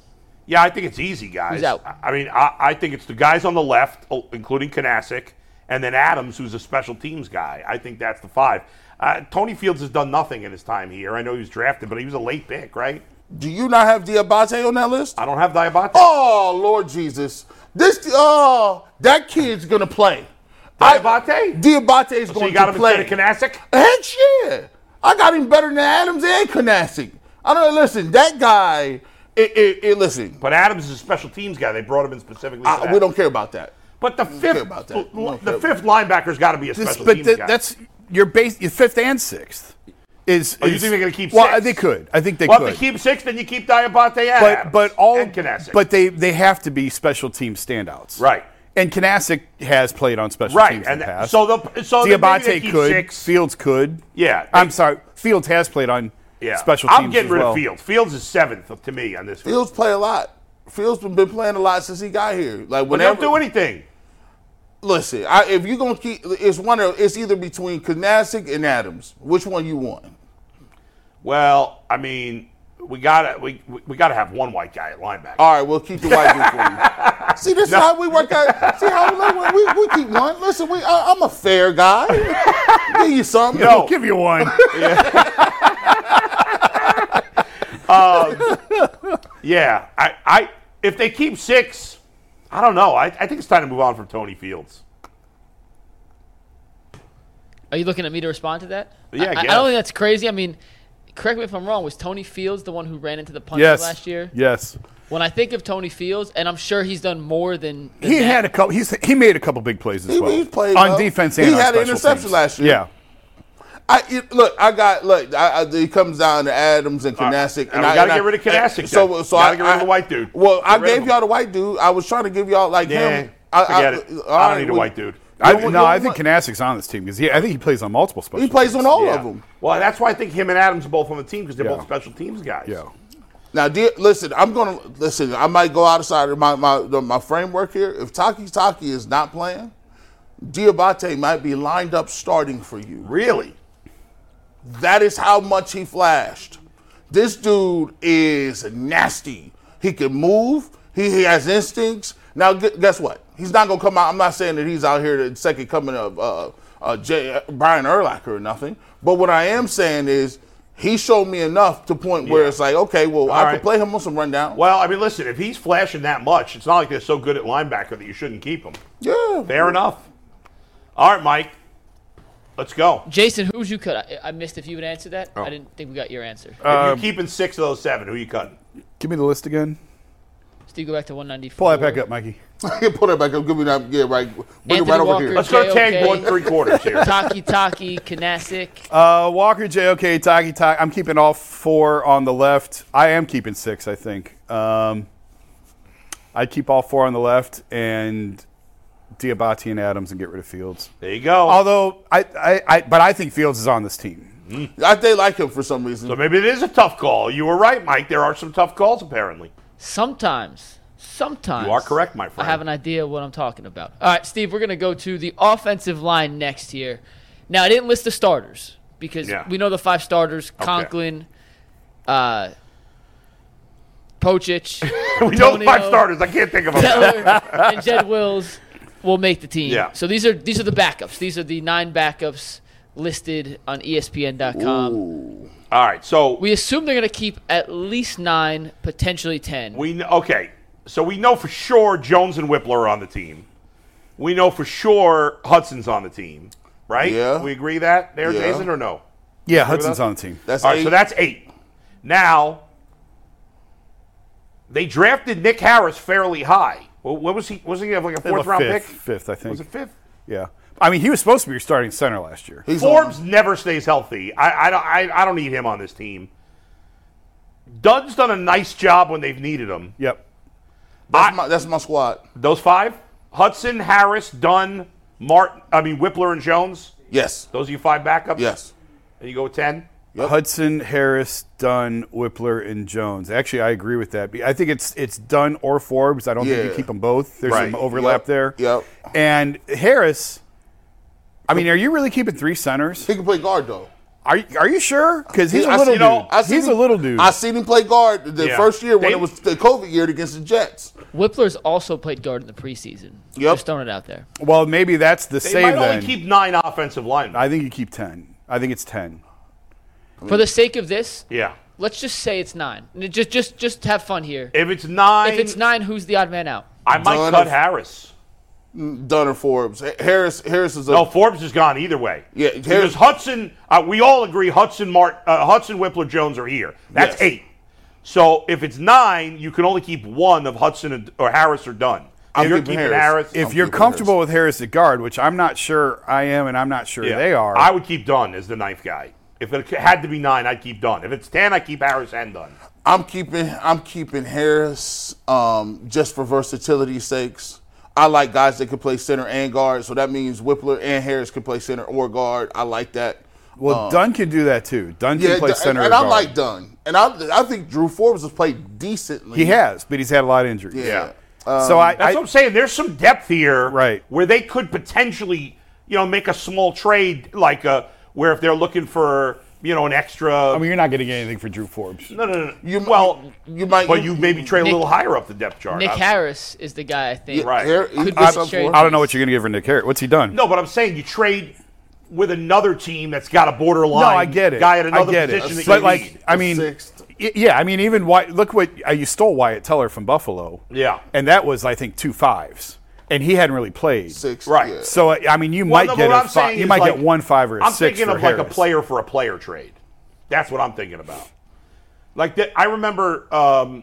Speaker 2: Yeah, I think it's easy, guys.
Speaker 5: Who's out?
Speaker 2: I- I mean, I, I think it's the guys on the left, o- including Kanasic, and then Adams, who's a special teams guy. I think that's the five. Uh, Tony Fields has done nothing in his time here. I know he was drafted, but he was a late pick, right?
Speaker 3: Do you not have Diabate on that list?
Speaker 2: I don't have Diabate.
Speaker 3: Oh Lord Jesus, this oh that kid's gonna play. I-
Speaker 2: Diabate?
Speaker 3: Diabate is
Speaker 2: so
Speaker 3: going
Speaker 2: you got
Speaker 3: to
Speaker 2: him
Speaker 3: play.
Speaker 2: instead of Kanasic?
Speaker 3: Heck yeah. I got him better than Adams and Kanasic. I don't listen, that guy, it, it, it- listen,
Speaker 2: But Adams is a special teams guy. They brought him in specifically for
Speaker 3: I,
Speaker 2: that.
Speaker 3: we don't care about that.
Speaker 2: but the fifth,
Speaker 3: care about that. We don't
Speaker 2: the
Speaker 3: care
Speaker 2: fifth linebacker's got to be a
Speaker 4: This-
Speaker 2: special
Speaker 4: but
Speaker 2: teams
Speaker 4: th-
Speaker 2: guy.
Speaker 4: that's your base, your fifth and sixth. Is,
Speaker 2: Oh, you
Speaker 4: is-
Speaker 2: think they're gonna keep
Speaker 4: Well,
Speaker 2: six?
Speaker 4: they could. I think they
Speaker 2: well,
Speaker 4: could.
Speaker 2: if they keep six, then you keep Diabate and
Speaker 4: but
Speaker 2: Adams
Speaker 4: but all
Speaker 2: and Kanasic.
Speaker 4: but they they have to be special team standouts.
Speaker 2: Right.
Speaker 4: And Kanasic has played on special
Speaker 2: right,
Speaker 4: teams in
Speaker 2: and
Speaker 4: the
Speaker 2: th-
Speaker 4: past.
Speaker 2: so the so then maybe they
Speaker 4: Diabate
Speaker 2: keep
Speaker 4: could.
Speaker 2: six.
Speaker 4: Fields could.
Speaker 2: Yeah, they-
Speaker 4: I'm sorry. Fields has played on
Speaker 2: Yeah.
Speaker 4: special teams.
Speaker 2: I'm getting
Speaker 4: as
Speaker 2: rid
Speaker 4: well.
Speaker 2: of Fields. Fields is seventh to me on this. Field.
Speaker 3: Fields play a lot. Fields been, been playing a lot since he got here.
Speaker 2: But
Speaker 3: Like
Speaker 2: they
Speaker 3: whenever,
Speaker 2: don't do anything.
Speaker 3: listen, I, if you're gonna keep, it's one of, it's either between Kanasic and Adams. Which one you want?
Speaker 2: Well, I mean, we gotta we we we gotta have one white guy at linebacker.
Speaker 3: All right, we'll keep the white dude for you. See, this is how we work out. See how we, like, we, we keep one. Listen, we, I, I'm a fair guy. Give you something.
Speaker 2: No.
Speaker 4: I'll give you one.
Speaker 2: yeah, I, I if they keep six, I don't know. I, I think it's time to move on from Tony Fields.
Speaker 5: Are you looking at me to respond to that?
Speaker 2: Yeah, I
Speaker 5: I, I
Speaker 2: guess.
Speaker 5: don't think that's crazy. I mean, correct me if I'm wrong. Was Tony Fields the one who ran into the punch
Speaker 4: yes.
Speaker 5: last year?
Speaker 4: Yes.
Speaker 5: When I think of Tony Fields, and I'm sure he's done more than, than
Speaker 4: He
Speaker 5: that.
Speaker 4: had a couple. He's, he made a couple big plays as
Speaker 3: He-
Speaker 4: well
Speaker 3: he's played
Speaker 4: on
Speaker 3: well.
Speaker 4: defense.
Speaker 3: He
Speaker 4: And on
Speaker 3: had an
Speaker 4: special
Speaker 3: interception
Speaker 4: teams.
Speaker 3: last year.
Speaker 4: Yeah.
Speaker 3: I it, look. I got look. I, I, it comes down to Adams and Kanasic.
Speaker 2: and we
Speaker 3: I
Speaker 2: gotta
Speaker 3: and
Speaker 2: get rid of Kanasic
Speaker 3: and So,
Speaker 2: then.
Speaker 3: so
Speaker 2: Gotta
Speaker 3: I
Speaker 2: get rid of the white dude.
Speaker 3: Well,
Speaker 2: Get
Speaker 3: I
Speaker 2: rid of
Speaker 3: gave
Speaker 2: him.
Speaker 3: y'all the white dude. I was trying to give y'all like
Speaker 2: Yeah,
Speaker 3: him. I,
Speaker 2: forget it. I don't
Speaker 3: alright,
Speaker 2: need a
Speaker 3: well,
Speaker 2: white dude.
Speaker 4: I,
Speaker 3: You-
Speaker 4: no,
Speaker 3: you-
Speaker 4: I think Kanasic's on this team because I think he plays on multiple special.
Speaker 3: He plays
Speaker 4: teams.
Speaker 3: on all
Speaker 2: Yeah.
Speaker 3: of them.
Speaker 2: Well, that's why I think him and Adams are both on the team because they're
Speaker 4: Yeah.
Speaker 2: both special teams guys.
Speaker 4: Yeah.
Speaker 3: Now, dear, listen. I'm gonna listen. I might go outside of my my the, my framework here. If Taki Taki is not playing, Diabate might be lined up starting for you.
Speaker 2: Really?
Speaker 3: That is how much he flashed. This dude is nasty. He can move. He, he has instincts. Now, gu- guess what? He's not gonna come out. I'm not saying that he's out here the second coming of uh, uh, Jay, Brian Urlacher or nothing. But what I am saying is he showed me enough to point where
Speaker 2: Yeah.
Speaker 3: it's like, okay, well, I
Speaker 2: right.
Speaker 3: could play him on some rundown.
Speaker 2: Well, I mean, listen, if he's flashing that much, it's not like they're so good at linebacker that you shouldn't keep him.
Speaker 3: Yeah,
Speaker 2: Fair enough. All right, Mike. Let's go.
Speaker 5: Jason, who'd you cut? I, I missed if you would answer that.
Speaker 4: Oh.
Speaker 5: I didn't think we got your answer.
Speaker 4: Uh,
Speaker 2: if you're keeping six of those seven, who you cutting?
Speaker 4: Give me the list again.
Speaker 5: Steve, go back to 194.
Speaker 4: Pull that back up, Mikey.
Speaker 3: put it back up. Give me that. Yeah, right. Bring it
Speaker 5: Anthony
Speaker 3: right over
Speaker 5: Walker.
Speaker 3: here.
Speaker 2: Let's go
Speaker 5: Okay,
Speaker 2: tag
Speaker 5: okay.
Speaker 2: one three quarters here.
Speaker 5: Taki Taki, Kanasic.
Speaker 4: Uh, Walker, JOK, Taki Taki. I'm keeping all four on the left. I am keeping six, I think. Um, I keep all four on the left and Diabati and Adams and get rid of Fields.
Speaker 2: There you go.
Speaker 4: Although I, I, I but I think Fields is on this team.
Speaker 3: I, they like him for some reason.
Speaker 2: so maybe it is a tough call. You were right, Mike. There are some tough calls apparently.
Speaker 5: Sometimes, sometimes.
Speaker 2: You are correct, my
Speaker 5: I
Speaker 2: friend.
Speaker 5: have an idea what I'm talking about. All right, Steve, we're going to go to the offensive line next here. Now, I didn't list the starters because
Speaker 2: Yeah.
Speaker 5: we know the five starters Conklin, uh, Pochich,
Speaker 2: we know the
Speaker 5: Antonio.
Speaker 2: five starters. I can't think of them.
Speaker 5: Teller, and Jed Wills will make the team.
Speaker 2: Yeah.
Speaker 5: So these are these are the backups. These are the nine backups listed on E ESPN.com.
Speaker 2: All right. So
Speaker 5: We assume they're going to keep at least nine, potentially ten.
Speaker 2: We kn- okay, so we know for sure Jones and Whipler are on the team. We know for sure Hudson's on the team, right?
Speaker 3: Yeah.
Speaker 2: We agree that there,
Speaker 3: Yeah.
Speaker 2: Jason, or no?
Speaker 4: Yeah, Hudson's on the team.
Speaker 3: That's
Speaker 2: All right, so
Speaker 3: eight.
Speaker 2: that's eight. Now, they drafted Nick Harris fairly high. What, what was he? Was he have like a
Speaker 4: They have a
Speaker 2: fourth round
Speaker 4: fifth,
Speaker 2: pick?
Speaker 4: Fifth, I think.
Speaker 2: Was it fifth?
Speaker 4: Yeah. I mean, he was supposed to be your starting center last year.
Speaker 3: He's
Speaker 2: Forbes never stays healthy. I, I, don't- I, I don't need him on this team. Dunn's done a nice job when they've needed him.
Speaker 4: Yep.
Speaker 3: That's, my, that's my squad.
Speaker 2: Those five: Hudson, Harris, Dunn, Martin. I mean Whipler and Jones.
Speaker 3: Yes.
Speaker 2: Those are your five backups.
Speaker 3: Yes.
Speaker 2: And you go with ten.
Speaker 4: Hudson, Harris, Dunn, Whipler, and Jones. Actually, I agree with that. I think it's it's Dunn or Forbes. I don't think
Speaker 3: Yeah.
Speaker 4: you keep them both. There's
Speaker 2: Right.
Speaker 4: some overlap
Speaker 3: Yep.
Speaker 4: there.
Speaker 3: Yep.
Speaker 4: And Harris. I mean, are you really keeping three centers?
Speaker 3: He can play guard though.
Speaker 4: Are you, are you sure? Because he's
Speaker 3: I see-
Speaker 4: a little
Speaker 3: you
Speaker 2: know,
Speaker 4: dude.
Speaker 3: I seen
Speaker 4: he's a
Speaker 3: him-
Speaker 4: little dude.
Speaker 3: I seen him play guard the
Speaker 2: Yeah.
Speaker 3: first year when
Speaker 2: They-
Speaker 3: it was the COVID year against the Jets.
Speaker 5: Whipler's also played guard in the preseason.
Speaker 3: Yep.
Speaker 5: Just throwing it out there.
Speaker 4: well, maybe that's the
Speaker 2: They
Speaker 4: save
Speaker 2: might
Speaker 4: then.
Speaker 2: only keep nine offensive linemen.
Speaker 4: I think you keep ten. I think it's ten.
Speaker 5: For the sake of this,
Speaker 2: yeah.
Speaker 5: let's just say it's nine. N- Just just just have fun here.
Speaker 2: If it's nine, Uh,
Speaker 5: If it's nine, who's the odd man out?
Speaker 2: I might
Speaker 3: Dunn
Speaker 2: cut
Speaker 3: is-
Speaker 2: Harris.
Speaker 3: Dunn or Forbes. Ha- Harris Harris is a
Speaker 2: No, Forbes is gone either way.
Speaker 3: Yeah,
Speaker 2: because
Speaker 3: Harris-
Speaker 2: Hudson. Uh, we all agree Hudson, Mart, uh, Hudson, Whipler, Jones are here. That's
Speaker 3: Yes.
Speaker 2: eight. So if it's nine, you can only keep one of Hudson and, or Harris or Dunn.
Speaker 3: I'm
Speaker 2: you're
Speaker 3: keeping
Speaker 2: keeping Harris.
Speaker 3: Harris.
Speaker 4: If
Speaker 3: I'm
Speaker 4: you're
Speaker 3: keeping
Speaker 4: comfortable with Harris at guard, which I'm not sure I am, and I'm not sure
Speaker 2: Yeah.
Speaker 4: they are.
Speaker 2: I would keep Dunn as the ninth guy. If it had to be nine, I'd keep Dunn. If it's ten, I keep Harris and Dunn.
Speaker 3: I'm keeping I'm keeping Harris um, just for versatility sakes. I like guys that can play center and guard, so that means Whippler and Harris can play center or guard. I like that.
Speaker 4: well, Dunn can do that too. Dunn can play
Speaker 3: Dun-
Speaker 4: center.
Speaker 3: and
Speaker 4: or
Speaker 3: I
Speaker 4: guard.
Speaker 3: like Dunn, and I I think Drew Forbes has played decently.
Speaker 4: He has, but he's had a lot of injuries.
Speaker 3: Yeah.
Speaker 4: so I,
Speaker 2: That's
Speaker 4: I
Speaker 2: what I'm saying. There's some depth here,
Speaker 4: Right.
Speaker 2: Where they could potentially, you know, make a small trade, like a where if they're looking for, you know, an extra.
Speaker 4: I mean, you're not going to get anything for Drew Forbes.
Speaker 2: no, no, no.
Speaker 3: You might-
Speaker 2: well,
Speaker 3: you might-
Speaker 2: but you maybe trade
Speaker 5: Nick-
Speaker 2: a little higher up the depth chart. Uh,
Speaker 5: Nick
Speaker 2: I'm-
Speaker 5: Harris is the guy I think.
Speaker 2: Right.
Speaker 3: Har-
Speaker 5: Could
Speaker 3: I-
Speaker 5: be
Speaker 3: I-
Speaker 5: traded.
Speaker 4: I don't know what you're going to give for Nick Harris. What's he done?
Speaker 2: No, but I'm saying you trade with another team that's got a borderline.
Speaker 4: No, I get it.
Speaker 2: Guy at another
Speaker 4: I get
Speaker 2: position that
Speaker 4: it. But
Speaker 2: you
Speaker 4: like,
Speaker 2: need.
Speaker 4: I mean,
Speaker 3: Sixth.
Speaker 4: y- yeah, I mean, even Wyatt, look what uh, you stole Wyatt Teller from Buffalo.
Speaker 2: Yeah.
Speaker 4: and that was I think two fives, and he hadn't really played.
Speaker 3: six.
Speaker 2: Right.
Speaker 3: yeah.
Speaker 4: So I I mean, you
Speaker 2: Well,
Speaker 4: might
Speaker 2: no, but
Speaker 4: get
Speaker 2: what
Speaker 4: a
Speaker 2: I'm
Speaker 4: fi-
Speaker 2: saying
Speaker 4: you
Speaker 2: is,
Speaker 4: might
Speaker 2: like,
Speaker 4: get one five or a
Speaker 2: I'm
Speaker 4: six
Speaker 2: thinking
Speaker 4: for
Speaker 2: of like a
Speaker 4: Harris.
Speaker 2: player for a player trade. That's what I'm thinking about. Like that, I remember um,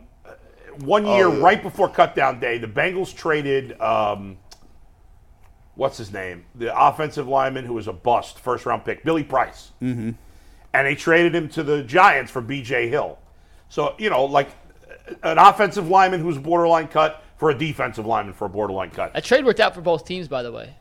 Speaker 2: one year
Speaker 4: Oh,
Speaker 2: right before cutdown day, the Bengals traded um, what's his name, the offensive lineman who was a bust, first round pick, Billy Price, mm-hmm. and they traded him to the Giants for B.J. Hill. So you know, like an offensive lineman who's borderline cut for a defensive lineman for a borderline cut.
Speaker 5: A trade worked out for both teams, by the way.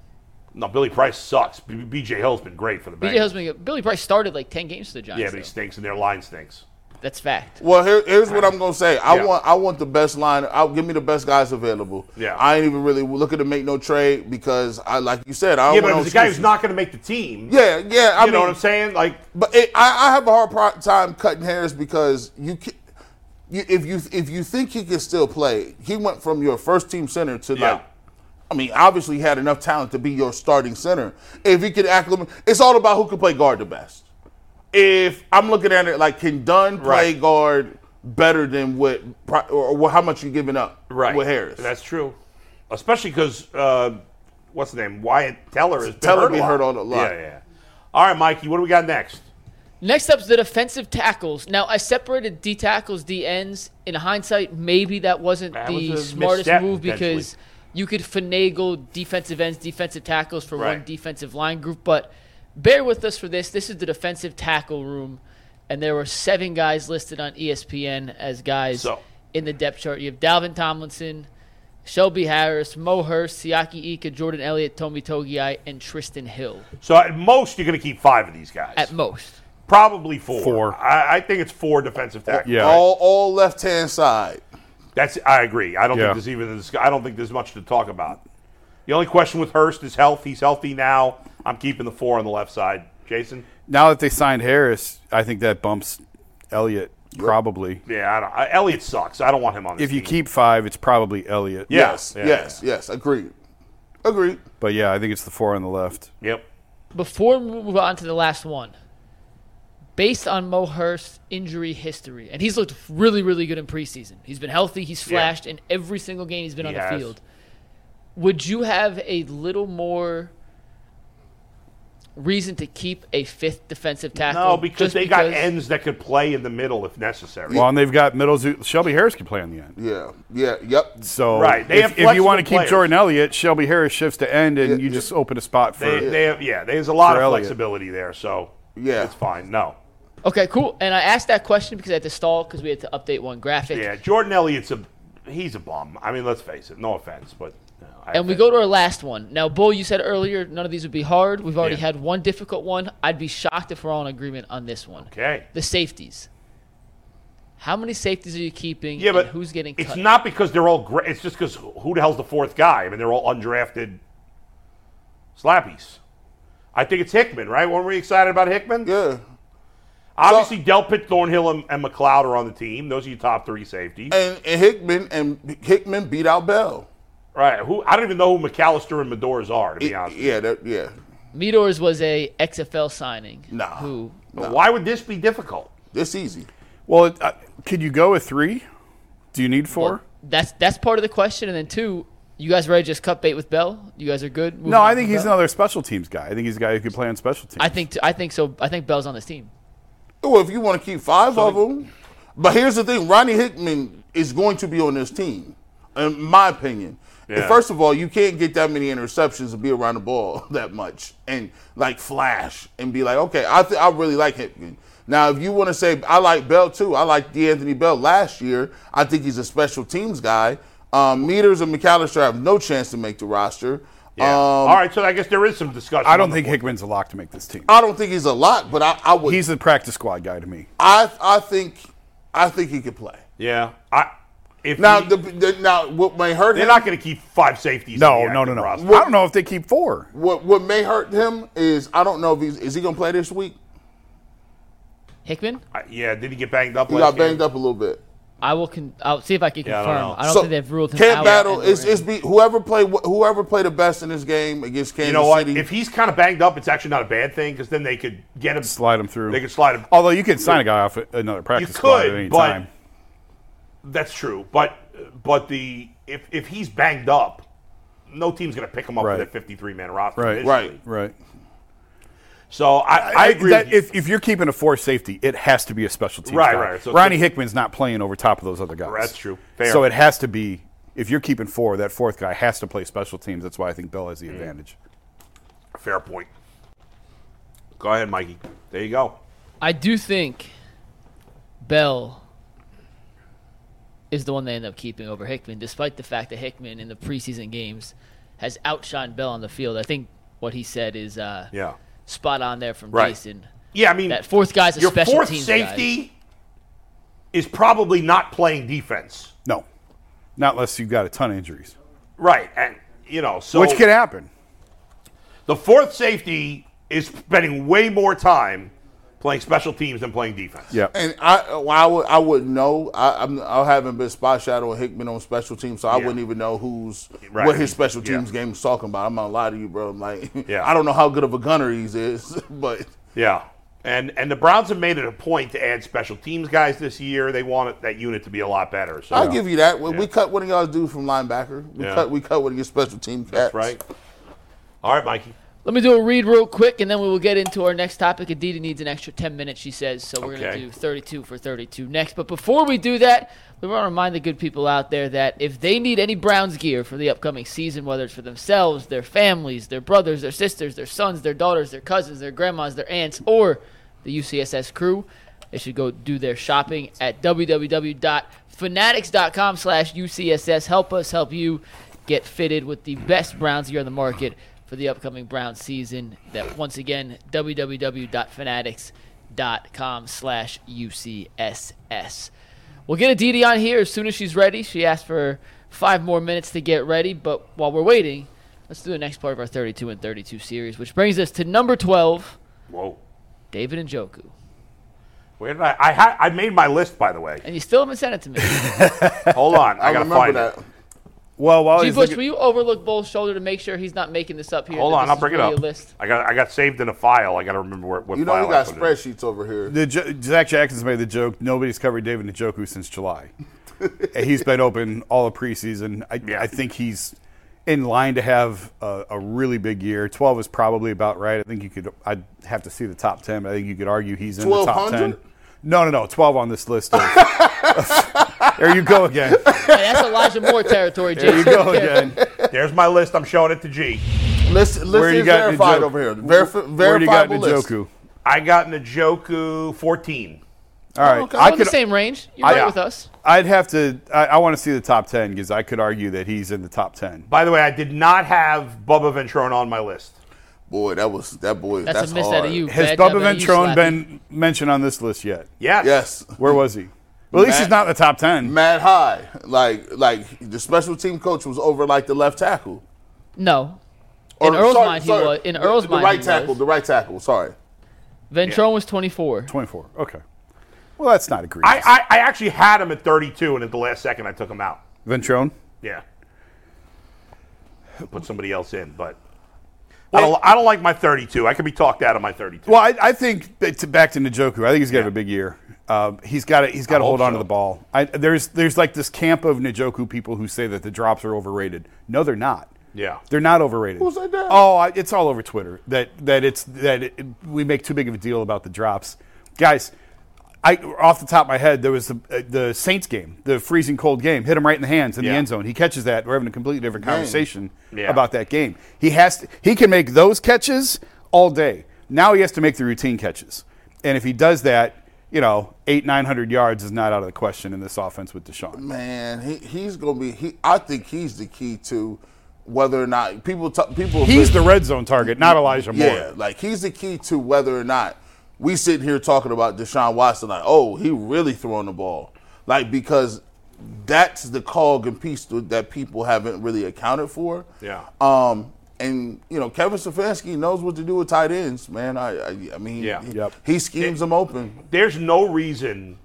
Speaker 2: No, Billy Price sucks. B- B.J. Hill's been great for the Bengals.
Speaker 5: BJ Husband, Billy Price started like ten games for the Giants.
Speaker 2: Yeah, but he
Speaker 5: though.
Speaker 2: stinks, and their line stinks.
Speaker 5: That's fact.
Speaker 3: Well, here, here's what I'm gonna say. I want I want the best line. I'll give me the best guys available.
Speaker 2: Yeah.
Speaker 3: I ain't even really looking to make no trade because I like you said. I don't
Speaker 2: Yeah,
Speaker 3: want
Speaker 2: but
Speaker 3: no
Speaker 2: if it's a guy who's
Speaker 3: excuses.
Speaker 2: not going to make the team,
Speaker 3: Yeah, yeah. I
Speaker 2: you know
Speaker 3: mean,
Speaker 2: what I'm saying? Like,
Speaker 3: But it, I, I have a hard pro- time cutting hairs because you, can, you if you if you think he can still play, he went from your first team center to
Speaker 2: Yeah.
Speaker 3: like. I mean, obviously, he had enough talent to be your starting center. If he could acclimate, it's all about who can play guard the best. If I'm looking at it like, can Dunn play
Speaker 2: Right.
Speaker 3: guard better than what pro- or, or how much you giving up
Speaker 2: right
Speaker 3: with Harris?
Speaker 2: That's true. Especially because uh, what's the name? Wyatt Teller has been
Speaker 3: Teller
Speaker 2: hurt
Speaker 3: be
Speaker 2: a lot.
Speaker 3: hurt on a lot.
Speaker 2: Yeah, yeah. All right, Mikey, what do we got next?
Speaker 5: Next up is the defensive tackles. Now, I separated D tackles, D ends. In hindsight, maybe that wasn't
Speaker 2: That
Speaker 5: the
Speaker 2: was a
Speaker 5: smartest
Speaker 2: misstep,
Speaker 5: move
Speaker 2: potentially.
Speaker 5: because you could finagle defensive ends, defensive tackles for one
Speaker 2: Right.
Speaker 5: defensive line group. But bear with us for this. This is the defensive tackle room, and there were seven guys listed on E ESPN as guys
Speaker 2: So-
Speaker 5: in the depth chart. You have Dalvin Tomlinson, Shelby Harris, Mo Hurst, Siaki Ika, Jordan Elliott, Tomi Togiai, and Tristan Hill
Speaker 2: So at most, you're going to keep five of these guys.
Speaker 5: at most.
Speaker 2: Probably four.
Speaker 4: Four.
Speaker 2: I, I think it's four defensive tackles.
Speaker 4: Yeah.
Speaker 3: All all left hand side.
Speaker 2: That's. I agree. I don't
Speaker 4: Yeah.
Speaker 2: think there's even. This, I don't think there's much to talk about. The only question with Hurst is health. He's healthy now. I'm keeping the four on the left side. Jason.
Speaker 4: Now that they signed Harris, I think that bumps Elliott probably.
Speaker 2: Yeah. I don't, I, Elliott sucks. I don't want him on. This
Speaker 4: If you
Speaker 2: team.
Speaker 4: keep five, it's probably Elliott.
Speaker 2: Yeah,
Speaker 3: Yes,
Speaker 2: yeah,
Speaker 3: yes, yes. Agreed. Agreed.
Speaker 4: But yeah, I think it's the four on the left.
Speaker 2: Yep.
Speaker 5: before we move on to the last one, based on Mo Hurst's injury history, and he's looked really, really good in preseason. He's been healthy. He's
Speaker 2: Yeah.
Speaker 5: flashed in every single game he's been
Speaker 2: He
Speaker 5: on the
Speaker 2: has.
Speaker 5: field. Would you have a little more reason to keep a fifth defensive tackle?
Speaker 2: No, because
Speaker 5: just
Speaker 2: they got
Speaker 5: because-
Speaker 2: ends that could play in the middle if necessary.
Speaker 4: Well, and they've got middles. who- Shelby Harris can play on the end.
Speaker 3: Yeah. Yeah. Yep.
Speaker 4: So
Speaker 2: Right, they
Speaker 4: if,
Speaker 2: have
Speaker 4: if you want
Speaker 2: flexible
Speaker 4: to keep
Speaker 2: players.
Speaker 4: Jordan Elliott, Shelby Harris shifts to end, and you just open a spot for.
Speaker 2: they, they have, yeah, there's a lot
Speaker 4: For
Speaker 2: of
Speaker 4: Elliott.
Speaker 2: flexibility there, so
Speaker 3: Yeah.
Speaker 2: it's fine. No,
Speaker 5: Okay, cool. And I asked that question because I had to stall because we had to update one graphic.
Speaker 2: yeah, Jordan Elliott's a he's a bum. I mean, let's face it. No offense, but no, I
Speaker 5: And we
Speaker 2: think-
Speaker 5: go to our last one. Now, Bull, you said earlier none of these would be hard. We've already
Speaker 2: Yeah.
Speaker 5: had one difficult one. I'd be shocked if we're all in agreement on this one.
Speaker 2: okay.
Speaker 5: The safeties. How many safeties are you keeping?
Speaker 2: Yeah,
Speaker 5: and
Speaker 2: but
Speaker 5: who's getting cut?
Speaker 2: It's not because they're all great. It's just because who the hell's the fourth guy? I mean, they're all undrafted slappies. I think it's Hickman, right? Weren't we excited about Hickman?
Speaker 3: Yeah.
Speaker 2: Obviously, Delpit, Thornhill, and, and McLeod are on the team. Those are your top three safeties.
Speaker 3: And, and Hickman and Hickman beat out Bell.
Speaker 2: Right. Who I don't even know who McAllister and Medores are, to be honest. with you.
Speaker 3: Yeah. That, yeah.
Speaker 5: Meadors was a XFL signing.
Speaker 3: Nah.
Speaker 5: Who?
Speaker 2: But Why would this be difficult?
Speaker 3: That's easy.
Speaker 4: Well, it, uh, could you go with three? Do you need four?
Speaker 5: That's that's part of the question. And then two, you guys ready to just cut bait with Bell? You guys are good. Moving
Speaker 4: no,
Speaker 5: on
Speaker 4: I
Speaker 5: from
Speaker 4: think he's
Speaker 5: Bell?
Speaker 4: another special teams guy. I think he's a guy who could play on special teams.
Speaker 5: I think t- I think so. I think Bell's on this team.
Speaker 3: Well, Oh, if you want to keep five of them, but here's the thing: Ronnie Hickman is going to be on this team, in my opinion.
Speaker 2: Yeah.
Speaker 3: First of all, you can't get that many interceptions and be around the ball that much, and like flash and be like, okay, I th- I really like Hickman. Now, if you want to say I like Bell too, I like D'Anthony Bell last year. I think he's a special teams guy. Um, Meters and McAllister have no chance to make the roster.
Speaker 2: Yeah.
Speaker 3: Um,
Speaker 2: All right, so I guess there is some discussion.
Speaker 4: I don't
Speaker 2: on the
Speaker 4: think
Speaker 2: board.
Speaker 4: Hickman's a lock to make this team.
Speaker 3: I don't think he's a lot, but I, I would.
Speaker 4: He's a practice squad guy to me.
Speaker 3: I I think I think he could play.
Speaker 2: Yeah. I, if
Speaker 3: Now,
Speaker 2: he-
Speaker 3: the, the, now what may hurt
Speaker 2: they're
Speaker 3: him?
Speaker 2: not going to keep five safeties.
Speaker 4: No,
Speaker 2: in the
Speaker 4: no, no,
Speaker 2: active
Speaker 4: no.
Speaker 2: roster.
Speaker 4: I don't know if they keep four.
Speaker 3: what what may hurt him is I don't know if he's is he gonna play this week?
Speaker 5: Hickman,
Speaker 2: I- Yeah, did he get banged up?
Speaker 3: He
Speaker 2: last
Speaker 3: got banged
Speaker 2: year?
Speaker 3: up a little bit.
Speaker 5: I will. Con- I'll see if I can
Speaker 2: Yeah, I
Speaker 5: confirm.
Speaker 2: don't
Speaker 5: I
Speaker 2: know.
Speaker 5: don't,
Speaker 3: So,
Speaker 5: think they've ruled him
Speaker 3: Camp
Speaker 5: out.
Speaker 3: battle
Speaker 5: and
Speaker 3: is
Speaker 5: we're in.
Speaker 3: is be whoever played whoever played the best in this game against Kansas
Speaker 2: You know what?
Speaker 3: City.
Speaker 2: If he's kind of banged up, it's actually not a bad thing because then they could get him.
Speaker 4: Slide him through. Oh,
Speaker 2: They could slide him.
Speaker 4: Although you could sign a guy off another practice squad at
Speaker 2: could,
Speaker 4: any
Speaker 2: but-
Speaker 4: time.
Speaker 2: That's true, but but the if if he's banged up, no team's going to pick him up
Speaker 4: Right.
Speaker 2: for that 53 man roster.
Speaker 4: Right.
Speaker 2: initially.
Speaker 3: right.
Speaker 4: Right.
Speaker 2: So I, I, agree.
Speaker 4: that
Speaker 2: with you.
Speaker 4: if, if you're keeping a four safety, it has to be a special team.
Speaker 2: Right,
Speaker 4: guy.
Speaker 2: right. So it's
Speaker 4: Ronnie
Speaker 2: a-
Speaker 4: Hickman's not playing over top of those other guys.
Speaker 2: That's true. Fair.
Speaker 4: So it has to be if you're keeping four, that fourth guy has to play special teams. That's why I think Bell has the
Speaker 2: Mm.
Speaker 4: advantage.
Speaker 2: Fair point. Go ahead, Mikey. There you go.
Speaker 5: I do think Bell is the one they end up keeping over Hickman, despite the fact that Hickman in the preseason games has outshined Bell on the field. I think what he said is uh,
Speaker 2: Yeah.
Speaker 5: spot on there from
Speaker 2: Right.
Speaker 5: Jason.
Speaker 2: Yeah, I mean
Speaker 5: That fourth guy's a
Speaker 2: your
Speaker 5: special
Speaker 2: fourth
Speaker 5: teams guy.
Speaker 2: safety is probably not playing defense.
Speaker 4: No, not unless you've got a ton of injuries,
Speaker 2: Right. And, you know, so.
Speaker 4: which can happen.
Speaker 2: The fourth safety is spending way more time playing special teams than playing defense.
Speaker 4: Yeah.
Speaker 3: And I, well, I would, I would know. I, I'm, I haven't been spot shadow Hickman on special teams, so I
Speaker 2: Yeah.
Speaker 3: wouldn't even know who's
Speaker 2: Right.
Speaker 3: what his special
Speaker 2: Yeah.
Speaker 3: teams game is talking about. I'm not gonna lie to you, bro. I'm like,
Speaker 2: Yeah.
Speaker 3: I don't know how good of a gunner he is, but
Speaker 2: Yeah. And and the Browns have made it a point to add special teams guys this year. They want it- that unit to be a lot better. So
Speaker 3: I'll give you that. We, we cut one of y'all's dudes from linebacker. We
Speaker 2: Yeah.
Speaker 3: cut, we cut one of your special team cats.
Speaker 2: that's right. All right, Mikey.
Speaker 5: Let me do a read real quick, and then we will get into our next topic. Aditi needs an extra 10 minutes, she says, so we're going
Speaker 2: Okay.
Speaker 5: to do 32 for 32 next. But before we do that, we want to remind the good people out there that if they need any Browns gear for the upcoming season, whether it's for themselves, their families, their brothers, their sisters, their sons, their daughters, their cousins, their grandmas, their aunts, or the UCSS crew, they should go do their shopping at www.fanatics.com slash UCSS. Help us help you get fitted with the best Browns gear on the market for the upcoming Browns season. That once again, www.fanatics.com slash UCSS. We'll get a DD on here as soon as she's ready. She asked for five more minutes to get ready, but while we're waiting, let's do the next part of our 32 and 32 series, which brings us to number 12,
Speaker 2: Whoa.
Speaker 5: David and Joku.
Speaker 2: Where did I? I, ha- I made my list, by the way.
Speaker 5: And you still haven't sent it to me.
Speaker 2: Hold on, I,
Speaker 3: I
Speaker 2: gotta
Speaker 3: remember
Speaker 2: find
Speaker 3: that.
Speaker 2: it.
Speaker 4: Well, while
Speaker 5: G.
Speaker 4: he's
Speaker 5: Bush,
Speaker 4: looking-
Speaker 5: will you overlook Bull's shoulder to make sure he's not making this up here?
Speaker 2: Hold
Speaker 5: that
Speaker 2: on,
Speaker 5: this
Speaker 2: I'll
Speaker 5: is
Speaker 2: bring it
Speaker 5: really
Speaker 2: up.
Speaker 5: a list?
Speaker 2: I got I got saved in a file. I gotta remember where, what
Speaker 3: You know
Speaker 2: file
Speaker 3: we got
Speaker 2: I put it in.
Speaker 3: spreadsheets over here.
Speaker 4: The jo- Zach Jackson's made the joke. Nobody's covered David Njoku since July. And he's been open all of preseason. I,
Speaker 2: Yeah.
Speaker 4: I think he's in line to have a, a really big year. Twelve is probably about right. I think you could. I'd have to see the top ten, but I think you could argue he's in the top
Speaker 3: 1200?
Speaker 4: ten. No, no, no. Twelve on this list. Of, there you go again.
Speaker 5: Hey, that's Elijah Moore territory,
Speaker 4: There you
Speaker 5: Jason.
Speaker 4: go again.
Speaker 2: There's my list. I'm showing it to G.
Speaker 3: Let's
Speaker 4: Where
Speaker 3: let's
Speaker 4: you
Speaker 3: get
Speaker 4: got Njoku?
Speaker 3: verified over here. Verif-
Speaker 4: Where do you got
Speaker 3: verifiable list.
Speaker 4: Njoku?
Speaker 2: I got Njoku 14.
Speaker 4: All right,
Speaker 5: Okay,
Speaker 4: I
Speaker 5: we're in the
Speaker 4: could.
Speaker 5: same range. You're right
Speaker 4: yeah.
Speaker 5: with us.
Speaker 4: I'd have to. I, I want to see the top ten because I could argue that he's in the top ten.
Speaker 2: By the way, I did not have Bubba Ventrone on my list.
Speaker 3: Boy, that was that boy.
Speaker 5: That's,
Speaker 3: That's,
Speaker 5: a miss
Speaker 3: hard.
Speaker 5: out of you.
Speaker 4: Has
Speaker 5: Bad
Speaker 4: Bubba
Speaker 5: job out of you,
Speaker 4: Ventrone
Speaker 5: Slappy.
Speaker 4: been mentioned on this list yet?
Speaker 2: Yes.
Speaker 3: Yes,
Speaker 4: Where was he? Well, at least
Speaker 3: Matt-
Speaker 4: he's not in the top 10.
Speaker 3: mad high. Like like the special team coach was over like the left tackle.
Speaker 5: No. In Earl's mind, he was. In
Speaker 3: the-
Speaker 5: Earl's
Speaker 3: the,
Speaker 5: mind,
Speaker 3: right
Speaker 5: he
Speaker 3: tackle.
Speaker 5: was.
Speaker 3: The right tackle. Sorry.
Speaker 5: Ventrone was 24.
Speaker 4: 24. Okay. Well, that's not egregious.
Speaker 2: I, I, I actually had him at 32, and at the last second, I took him out.
Speaker 4: Ventrone?
Speaker 2: Yeah. Put somebody else in, but I don't, I don't like my 32. I could be talked out of my 32.
Speaker 4: Well, I, I think that to, back to Njoku, I think he's got to have a big year. Um, he's got to he's got to
Speaker 2: I hope
Speaker 4: hold on to
Speaker 2: so.
Speaker 4: the ball. I, there's there's like this camp of Njoku people who say that the drops are overrated. No, they're not.
Speaker 2: Yeah.
Speaker 4: they're not overrated. Who
Speaker 3: said that?
Speaker 4: Oh, I, it's all over Twitter that that it's that it, we make too big of a deal about the drops, guys. I off the top of my head, there was the, uh, the Saints game, the freezing cold game, hit him right in the hands in the
Speaker 2: Yeah.
Speaker 4: end zone. He catches that. We're having a completely different conversation
Speaker 2: Yeah.
Speaker 4: about that game. He has to, he can make those catches all day. Now he has to make the routine catches, and if he does that, you know, eight nine hundred yards is not out of the question in this offense with Deshaun.
Speaker 3: Man, he, he's gonna be. He, I think he's the key to whether or not people talk, people.
Speaker 4: He's the red zone target, not Elijah Moore.
Speaker 3: Yeah, like he's the key to whether or not we sit here talking about Deshaun Watson. Like, oh, he really throwing the ball. Like because that's the cog and piece to- that people haven't really accounted for.
Speaker 2: Yeah.
Speaker 3: Um, and you know Kevin Stefanski knows what to do with tight ends, man. I, I, I mean,
Speaker 2: Yeah.
Speaker 3: he,
Speaker 4: Yep.
Speaker 3: he schemes them open.
Speaker 2: There's no reason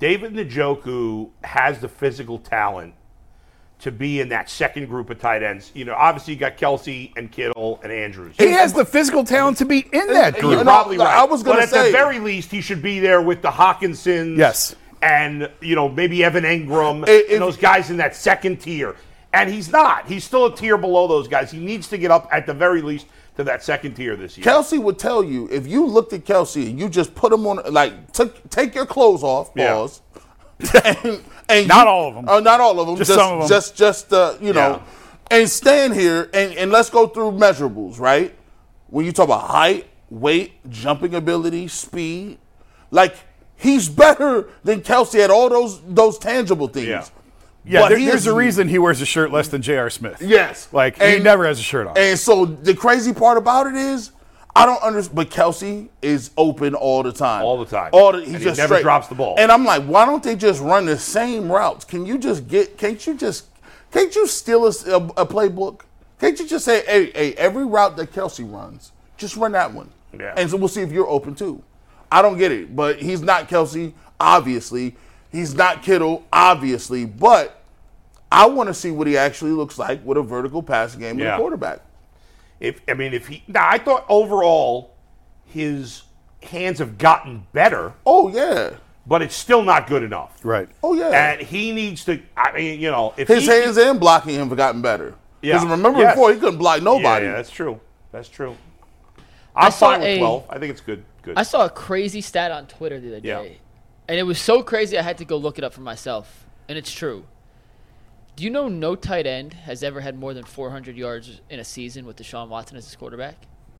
Speaker 2: David Njoku has the physical talent to be in that second group of tight ends. You know, obviously, you got Kelsey and Kittle and Andrews.
Speaker 4: He has the physical talent to be in that
Speaker 3: You're
Speaker 4: group.
Speaker 3: know,
Speaker 2: probably
Speaker 3: like,
Speaker 2: right.
Speaker 3: I was gonna
Speaker 2: but at the
Speaker 3: say-
Speaker 2: very least, he should be there with the Hawkinsons.
Speaker 4: Yes.
Speaker 2: And you know maybe Evan Ingram
Speaker 3: If-
Speaker 2: and those guys in that second tier, and he's not. He's still a tier below those guys. He needs to get up at the very least to that second tier this year.
Speaker 3: Kelsey would tell you if you looked at Kelsey and you just put him on, like, took, take your clothes off,
Speaker 2: Yeah.
Speaker 3: pause. and, and
Speaker 4: Not
Speaker 3: you-
Speaker 4: all of 'em.
Speaker 3: Oh, not all of them. Just,
Speaker 4: Just
Speaker 3: just
Speaker 4: some of 'em.
Speaker 3: Just, uh, you know, and stand here and, and let's go through measurables, right? When you talk about height, weight, jumping ability, speed, like he's better than Kelsey at all those those tangible things.
Speaker 2: Yeah.
Speaker 4: Yeah,
Speaker 3: But
Speaker 4: there,
Speaker 3: he
Speaker 4: there's
Speaker 3: is-
Speaker 4: a reason he wears a shirt less than J.R. Smith.
Speaker 3: Yes.
Speaker 4: Like, he
Speaker 3: And-
Speaker 4: never has a shirt on.
Speaker 3: And so the crazy part about it is, I don't understand, but Kelsey is open all the time.
Speaker 2: All the time.
Speaker 3: All the, he
Speaker 2: And he
Speaker 3: just
Speaker 2: never
Speaker 3: straight-
Speaker 2: drops the ball.
Speaker 3: And I'm like, why don't they just run the same routes? Can you just get? Can't you just? Can't you steal a, s- a- a playbook? Can't you just say, hey, hey, every route that Kelsey runs, just run that one,
Speaker 2: Yeah.
Speaker 3: and so we'll see if you're open too. I don't get it, but he's not Kelsey, obviously. He's not Kittle, obviously, but I want to see what he actually looks like with a vertical passing game with
Speaker 2: Yeah.
Speaker 3: a quarterback.
Speaker 2: If I mean, if he, now I thought overall his hands have gotten better,
Speaker 3: Oh yeah,
Speaker 2: but it's still not good enough.
Speaker 4: Right.
Speaker 3: oh yeah.
Speaker 2: And he needs to. I mean, you know, if
Speaker 3: His
Speaker 2: he,
Speaker 3: hands and blocking have gotten better.
Speaker 2: Yeah.
Speaker 3: Because remember
Speaker 2: Yes.
Speaker 3: before he couldn't block
Speaker 2: yeah,
Speaker 3: nobody.
Speaker 2: yeah, that's true. That's true. I'm
Speaker 5: saw
Speaker 2: fine with
Speaker 5: a-
Speaker 2: twelve. I think it's good. Good.
Speaker 5: I saw a crazy stat on Twitter the other
Speaker 2: Yeah.
Speaker 5: day, and it was so crazy I had to go look it up for myself, and it's true. Do you know no tight end has ever had more than 400 yards in a season with Deshaun Watson as his quarterback?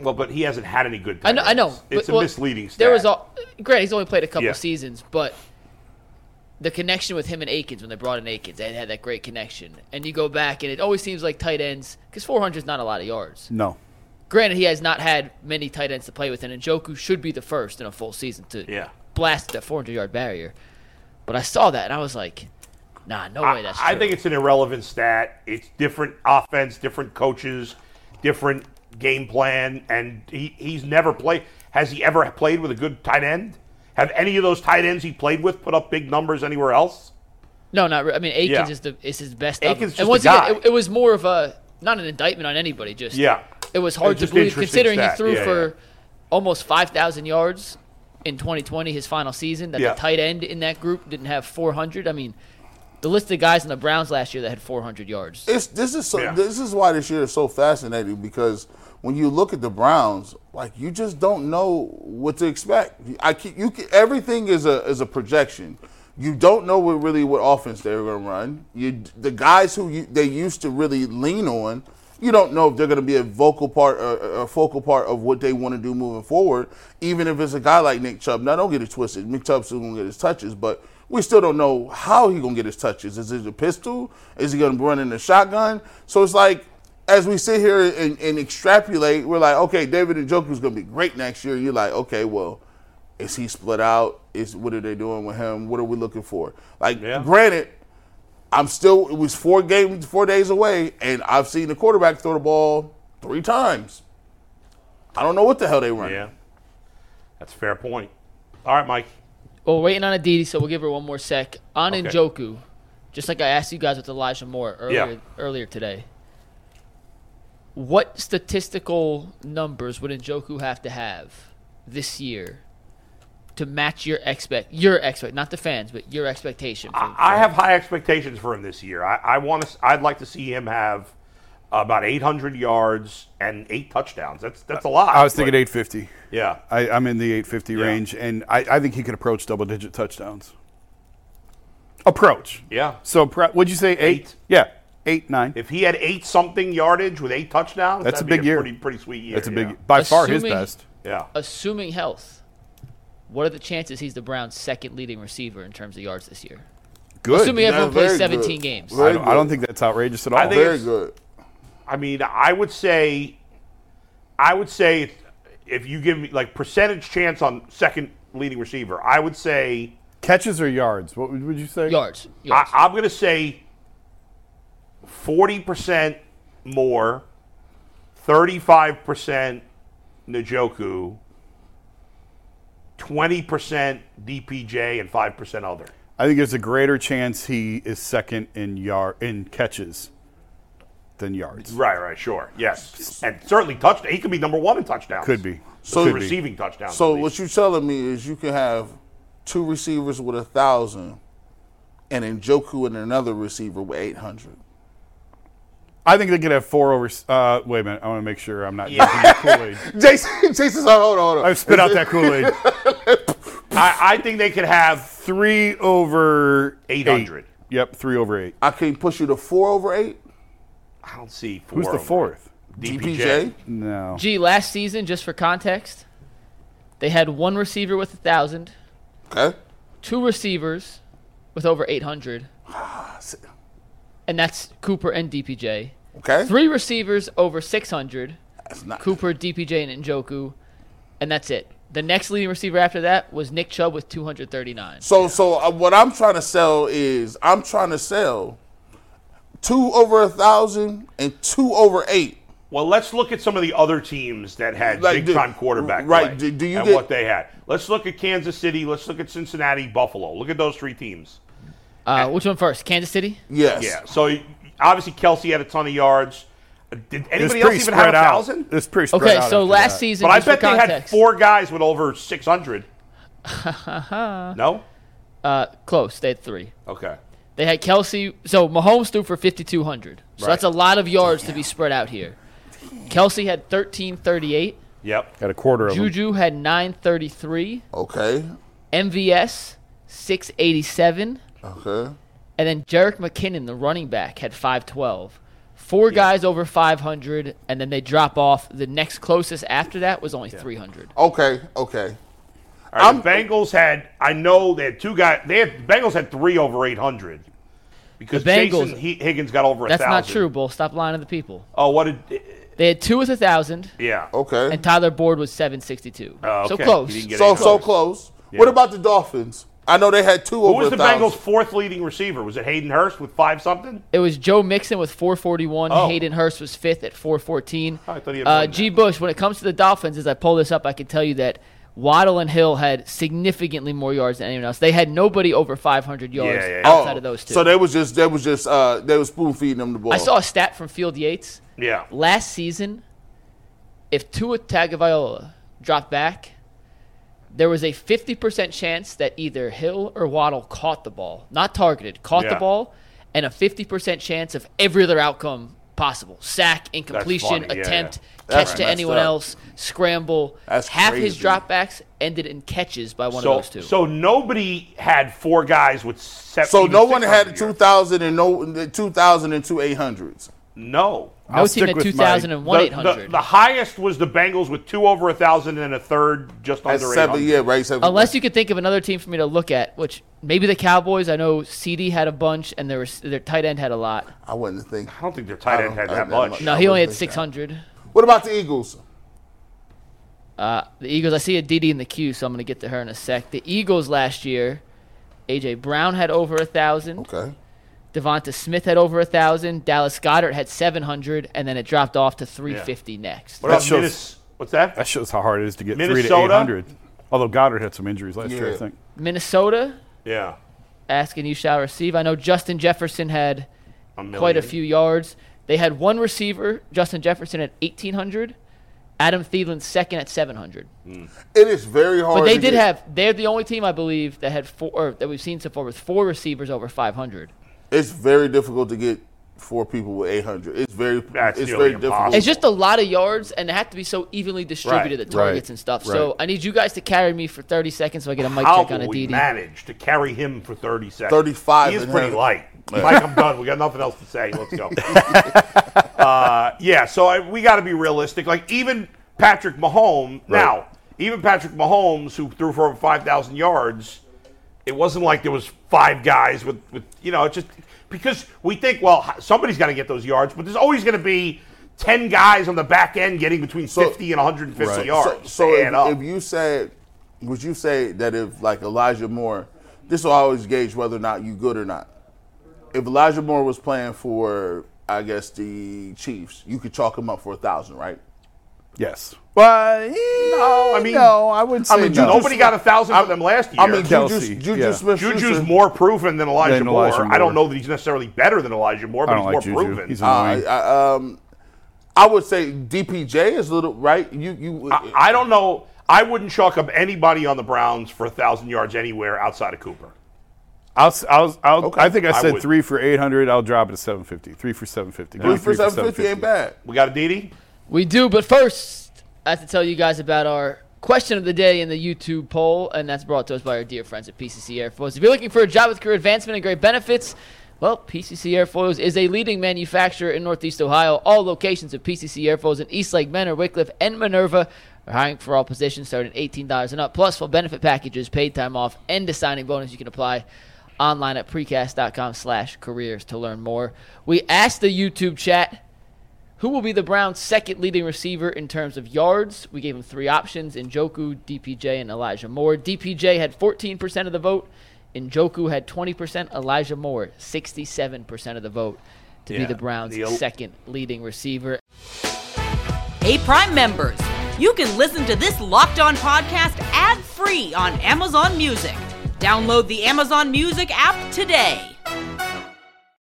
Speaker 2: well, but he hasn't had any good.
Speaker 5: I know, I know.
Speaker 2: tight ends. It's a
Speaker 5: but- well,
Speaker 2: misleading stat.
Speaker 5: There was all. Grant, he's only played a couple
Speaker 2: Yeah.
Speaker 5: seasons, but the connection with him and Akins when they brought in Akins, they had that great connection. And you go back, and it always seems like tight ends because 400 is not a lot of yards.
Speaker 4: No.
Speaker 5: Granted, he has not had many tight ends to play with, and Njoku should be the first in a full season to
Speaker 2: Yeah.
Speaker 5: blast that 400 yard barrier. But I saw that, and I was like, Nah, no way.
Speaker 2: I,
Speaker 5: oh, That's
Speaker 2: I
Speaker 5: true.
Speaker 2: think it's an irrelevant stat. It's different offense, different coaches, different game plan, and he, he's never played. Has he ever played with a good tight end? Have any of those tight ends he played with put up big numbers anywhere else?
Speaker 5: No, not re- I mean, Akins
Speaker 2: Yeah.
Speaker 5: is the is his best.
Speaker 2: Akins
Speaker 5: of-
Speaker 2: just
Speaker 5: and
Speaker 2: a
Speaker 5: once
Speaker 2: guy.
Speaker 5: again, it, it was more of a not an indictment on anybody. Just
Speaker 2: Yeah.
Speaker 5: it was hard
Speaker 2: It's
Speaker 5: to
Speaker 2: just
Speaker 5: believe
Speaker 2: interesting
Speaker 5: considering he
Speaker 2: stat.
Speaker 5: threw
Speaker 2: Yeah,
Speaker 5: for almost five thousand yards in 2020, his final season. That
Speaker 2: Yeah.
Speaker 5: the tight end in that group didn't have 400. I mean, the list of guys in the Browns last year that had 400 yards.
Speaker 3: It's this is so
Speaker 2: Yeah.
Speaker 3: this is why this year is so fascinating because when you look at the Browns, like you just don't know what to expect. I keep you ke- everything is a is a projection. You don't know what really what offense they're going to run. You the guys who you, they used to really lean on, you don't know if they're going to be a vocal part or a focal part of what they want to do moving forward. Even if it's a guy like Nick Chubb, now don't get it twisted. Nick Chubb's still going to get his touches, but we still don't know how he gonna get his touches. Is it a pistol? Is he gonna run in the shotgun? So it's like as we sit here and, and extrapolate, we're like, okay, David and Joker's gonna be great next year. You're like, okay, well, is he split out? Is what are they doing with him? What are we looking for? Like,
Speaker 2: Yeah.
Speaker 3: granted, I'm still it was four games, four days away, and I've seen the quarterback throw the ball three times. I don't know what the hell they run.
Speaker 2: Yeah. That's a fair point. All right, Mike.
Speaker 5: Well, we're waiting on Aditi, so we'll give her one more sec. On
Speaker 2: Okay.
Speaker 5: Njoku, just like I asked you guys with Elijah Moore earlier
Speaker 2: Yeah.
Speaker 5: earlier today. What statistical numbers would Njoku have to have this year to match your expect your expect not the fans, but your expectation? for-
Speaker 2: I have high expectations for him this year. I, I want to. I'd like to see him have about 800 yards and eight touchdowns. That's that's a lot.
Speaker 4: I was thinking 850.
Speaker 2: Yeah.
Speaker 4: I, I'm in the 850
Speaker 2: Yeah.
Speaker 4: range, and I, I think he could approach double digit touchdowns. Approach.
Speaker 2: Yeah.
Speaker 4: So, pro- would you say eight?
Speaker 2: Eight.
Speaker 4: Yeah, eight, nine.
Speaker 2: If he had eight something yardage with eight touchdowns,
Speaker 4: That's a
Speaker 2: that'd be
Speaker 4: big year.
Speaker 2: Pretty, pretty sweet year.
Speaker 4: That's a big,
Speaker 2: yeah.
Speaker 4: by far his
Speaker 5: Assuming-
Speaker 4: best.
Speaker 2: Yeah.
Speaker 5: Uh, Assuming health, what are the chances he's the Browns' second leading receiver in terms of yards this year?
Speaker 4: Good.
Speaker 5: Assuming everyone
Speaker 3: That's
Speaker 5: plays
Speaker 3: very
Speaker 5: 17
Speaker 3: good.
Speaker 5: games.
Speaker 4: I
Speaker 3: Very
Speaker 4: don't, I don't
Speaker 3: good.
Speaker 4: think that's outrageous at all.
Speaker 2: I think
Speaker 3: Very
Speaker 2: it's-
Speaker 3: good.
Speaker 2: I mean, I would say, I would say, if you give me like percentage chance on second leading receiver, I would say
Speaker 4: Catches or yards? What would would you say?
Speaker 5: Yards.
Speaker 2: I,
Speaker 5: yards.
Speaker 2: I'm going to say forty percent more, thirty-five percent Najoku, twenty percent DPJ, and five percent other.
Speaker 4: I think there's a greater chance he is second in yard in catches than yards.
Speaker 2: Right, right, sure, yes, and certainly touchdown. He could be number one in touchdowns.
Speaker 4: Could be.
Speaker 3: So
Speaker 4: Could be.
Speaker 2: receiving touchdowns.
Speaker 3: So
Speaker 2: at least.
Speaker 3: what you're telling me is you can have two receivers with a thousand, and then Joku and another receiver with eight hundred.
Speaker 4: I think they could have four over. Uh, wait a minute. I want to make sure I'm not drinking Kool Aid.
Speaker 3: Jason, Jason's like, hold on, hold on.
Speaker 4: I spit out that Kool Aid.
Speaker 2: I, I think they could have
Speaker 4: Three over eight.
Speaker 2: 800.
Speaker 4: Yep, three over eight.
Speaker 3: I can push you to four over eight.
Speaker 2: I don't see four.
Speaker 4: Who's
Speaker 2: over
Speaker 4: the fourth?
Speaker 2: E
Speaker 3: DPJ.
Speaker 4: No.
Speaker 5: Gee, last season, just for context, they had one receiver with a thousand,
Speaker 3: Okay.
Speaker 5: two receivers with over 800, and that's Cooper and DPJ.
Speaker 3: Okay.
Speaker 5: Three receivers over 600,
Speaker 3: That's not
Speaker 5: Cooper, DPJ, and Njoku, and that's it. The next leading receiver after that was Nick Chubb with 239.
Speaker 3: So, so uh, what I'm trying to sell is I'm trying to sell two over a thousand and two over eight.
Speaker 2: Well, let's look at some of the other teams that had
Speaker 3: Like,
Speaker 2: big time
Speaker 3: do-
Speaker 2: quarterback
Speaker 3: right,
Speaker 2: play
Speaker 3: do- do you
Speaker 2: and
Speaker 3: get-
Speaker 2: what they had. Let's look at Kansas City. Let's look at Cincinnati, Buffalo. Look at those three teams.
Speaker 5: Uh, which one first? Kansas City?
Speaker 3: Yes.
Speaker 2: Yeah. So obviously Kelsey had a ton of yards. Did
Speaker 4: It's
Speaker 2: anybody
Speaker 4: pretty
Speaker 2: else even
Speaker 4: spread
Speaker 2: have a
Speaker 4: out.
Speaker 2: thousand?
Speaker 4: It's pretty spread
Speaker 5: Okay,
Speaker 4: out
Speaker 5: so
Speaker 4: after
Speaker 5: last
Speaker 4: that.
Speaker 5: season,
Speaker 2: But I
Speaker 5: just for
Speaker 2: bet they had
Speaker 5: context,
Speaker 2: four guys with over six hundred. no.
Speaker 5: Uh, close. They had three.
Speaker 2: Okay.
Speaker 5: They had Kelsey. So Mahomes threw for 5,200. So
Speaker 2: Right.
Speaker 5: that's a lot of yards to be spread out here. Kelsey had 1,338.
Speaker 2: Yep.
Speaker 4: Got a quarter of them.
Speaker 5: Juju had 933.
Speaker 3: Okay.
Speaker 5: MVS, 687.
Speaker 3: Okay.
Speaker 5: And then Jarek McKinnon, the running back, had 512. Four guys over 500, and then they drop off. The next closest after that was only 300.
Speaker 3: Okay. Okay.
Speaker 2: All right, the Bengals had. I know they had two guys. They had the Bengals had three over eight hundred because
Speaker 5: The Bengals-
Speaker 2: Jason He- Higgins got over a
Speaker 5: That's
Speaker 2: thousand.
Speaker 5: not true, Bull. Stop lying to the people.
Speaker 2: Oh, what did?
Speaker 5: They had two with a 1,000,
Speaker 2: Yeah.
Speaker 3: Okay.
Speaker 5: and Tyler Board was 762.
Speaker 2: Oh,
Speaker 5: So
Speaker 2: okay.
Speaker 5: close.
Speaker 2: He didn't get
Speaker 3: so,
Speaker 2: any
Speaker 3: so
Speaker 2: votes.
Speaker 3: close. What about the Dolphins? I know they had two
Speaker 2: Who
Speaker 3: over
Speaker 2: was
Speaker 3: a
Speaker 2: the Bengals'
Speaker 3: thousand.
Speaker 2: fourth leading receiver? Was it Hayden Hurst with five something?
Speaker 5: It was Joe Mixon with 441.
Speaker 2: Oh.
Speaker 5: Hayden Hurst was fifth at 414.
Speaker 2: I thought he had more
Speaker 5: uh,
Speaker 2: than
Speaker 5: G. Bush, when it comes to the Dolphins, as I pull this up, I can tell you that Waddle and Hill had significantly more yards than anyone else. They had nobody over 500 yards
Speaker 2: yeah, Oh, yeah.
Speaker 5: outside of those two.
Speaker 3: So they was just they was just uh they was spoon feeding them the ball.
Speaker 5: I saw a stat from Field Yates.
Speaker 2: Yeah.
Speaker 5: Last season, if Tua Tagovailoa dropped back, there was a 50% chance that either Hill or Waddle caught the ball, not targeted, caught
Speaker 2: Yeah.
Speaker 5: the ball, and a 50% chance of every other outcome possible sack, incompletion,
Speaker 2: funny, yeah,
Speaker 5: attempt,
Speaker 3: yeah.
Speaker 5: catch
Speaker 3: That's
Speaker 5: to
Speaker 3: messed
Speaker 5: anyone
Speaker 3: up.
Speaker 5: else, scramble.
Speaker 3: That's
Speaker 5: Half his
Speaker 3: crazy.
Speaker 5: dropbacks ended in catches by one
Speaker 2: So,
Speaker 5: of those two.
Speaker 2: so nobody had four guys with seven.
Speaker 3: So no one had
Speaker 2: two
Speaker 3: two thousand and no two thousand and two eight hundreds.
Speaker 2: No.
Speaker 5: no team
Speaker 4: stick
Speaker 5: had
Speaker 4: with my-
Speaker 5: 2,000 and
Speaker 2: The, the,
Speaker 5: 1,800.
Speaker 2: the highest was the Bengals with two over a thousand and a third just
Speaker 3: That's
Speaker 2: under eight
Speaker 3: seven.
Speaker 2: hundred.
Speaker 3: Yeah, right. Seven.
Speaker 5: Unless you could think of another team for me to look at, which maybe the Cowboys. I know CD had a bunch, and their their tight end had a lot.
Speaker 3: I wouldn't think.
Speaker 2: I don't think their tight end
Speaker 3: don't-
Speaker 2: had
Speaker 3: I
Speaker 2: that
Speaker 3: don't know
Speaker 2: much.
Speaker 5: No,
Speaker 3: I
Speaker 5: he only
Speaker 3: wouldn't think
Speaker 5: had six hundred.
Speaker 3: What about the Eagles?
Speaker 5: Uh, the Eagles. I see a DD in the queue, so I'm gonna get to her in a sec. The Eagles last year, AJ Brown had over a thousand.
Speaker 3: Okay.
Speaker 5: Devonta Smith had over a thousand. Dallas Goddard had seven hundred, and then it dropped off to three fifty next.
Speaker 2: What about
Speaker 4: shows-
Speaker 2: Minnes- What's that?
Speaker 4: That shows how hard it is to get three to
Speaker 2: Minnesota?
Speaker 4: eight hundred. Although Goddard had some injuries last year, I
Speaker 3: Yeah.
Speaker 4: think.
Speaker 5: Minnesota,
Speaker 2: yeah.
Speaker 5: asking you shall receive. I know Justin Jefferson had quite a
Speaker 2: million.
Speaker 5: few yards. They had one receiver, Justin Jefferson at 1,800, Adam Thielen second at 700.
Speaker 2: Hmm.
Speaker 3: It is very hard.
Speaker 5: But they
Speaker 3: to
Speaker 5: did
Speaker 3: get-
Speaker 5: have, they're the only team, I believe, that had four, or that we've seen so far with four receivers over 500.
Speaker 3: It's very difficult to get four people with 800. It's very,
Speaker 2: That's
Speaker 3: it's
Speaker 2: nearly
Speaker 3: very difficult.
Speaker 2: impossible.
Speaker 5: It's just a lot of yards, and they have to be so evenly distributed,
Speaker 2: Right,
Speaker 5: the targets
Speaker 4: right,
Speaker 5: and stuff. So
Speaker 4: right.
Speaker 5: I need you guys to carry me for 30 seconds so I get a mic
Speaker 2: How
Speaker 5: check on a
Speaker 2: will we
Speaker 5: DD.
Speaker 2: manage to carry him for thirty seconds?
Speaker 3: 35
Speaker 2: He is
Speaker 3: and
Speaker 2: pretty
Speaker 3: have-
Speaker 2: light. Mike, I'm done. We got nothing else to say. Let's go. uh, yeah. So I, we got to be realistic. Like even Patrick Mahomes now, even Patrick Mahomes who threw for over five thousand yards, it wasn't like there was five guys with with you know it just because we think well h- somebody's got to get those yards, but there's always going to be. Ten guys on the back end getting between fifty and 150
Speaker 4: Right.
Speaker 3: So,
Speaker 2: yards.
Speaker 3: so
Speaker 2: to add up.
Speaker 3: if, if you said, would you say that if like Elijah Moore, this will always gauge whether or not you good or not. If Elijah Moore was playing for, I guess the Chiefs, you could chalk him up for a thousand, right?
Speaker 4: Yes. Well,
Speaker 2: No, I mean-
Speaker 4: no, I wouldn't say
Speaker 3: mean,
Speaker 4: no.
Speaker 2: Nobody got a thousand for them last year.
Speaker 3: I mean,
Speaker 4: Kelsey,
Speaker 3: Juju, Juju
Speaker 4: yeah.
Speaker 3: Smith.
Speaker 2: Juju's more proven than Elijah,
Speaker 4: Than Elijah
Speaker 2: Moore.
Speaker 4: Moore.
Speaker 2: I don't know that he's necessarily better than Elijah Moore,
Speaker 4: I
Speaker 2: but he's
Speaker 4: don't like
Speaker 2: more
Speaker 4: Juju.
Speaker 2: proven. Uh,
Speaker 4: He's
Speaker 3: I,
Speaker 4: annoying.
Speaker 3: I, um, I would say DPJ is a little right. You you.
Speaker 2: I, I don't know. I wouldn't chalk up anybody on the Browns for a thousand yards anywhere outside of Cooper.
Speaker 4: I'll, s- I'll, I'll,
Speaker 3: Okay.
Speaker 4: I think I
Speaker 2: I
Speaker 4: said
Speaker 2: would.
Speaker 4: three for 800. I'll drop it to 750. Three for 750.
Speaker 3: Three for seven fifty ain't bad.
Speaker 2: We got a DD?
Speaker 5: We do, but first, I have to tell you guys about our question of the day in the YouTube poll, and that's brought to us by our dear friends at PCC Airfoils. If you're looking for a job with career advancement and great benefits, well, PCC Airfoils is a leading manufacturer in Northeast Ohio. All locations of PCC Airfoils in Eastlake, Menor, Wickliffe, and Minerva are hiring for all positions starting at $18 and up, plus full benefit packages, paid time off, and a signing bonus you can apply online at precast.com slash careers to learn more. We asked the YouTube chat who will be the Browns' second leading receiver in terms of yards? We gave him three options Njoku, DPJ, and Elijah Moore. DPJ had 14% of the vote. Njoku had 20%. Elijah Moore, 67% of the vote to be
Speaker 2: Yeah,
Speaker 5: the Browns'
Speaker 2: the el-
Speaker 5: second leading receiver.
Speaker 9: Hey, Prime members, you can listen to this Locked On podcast ad free on Amazon Music. Download the Amazon Music app today.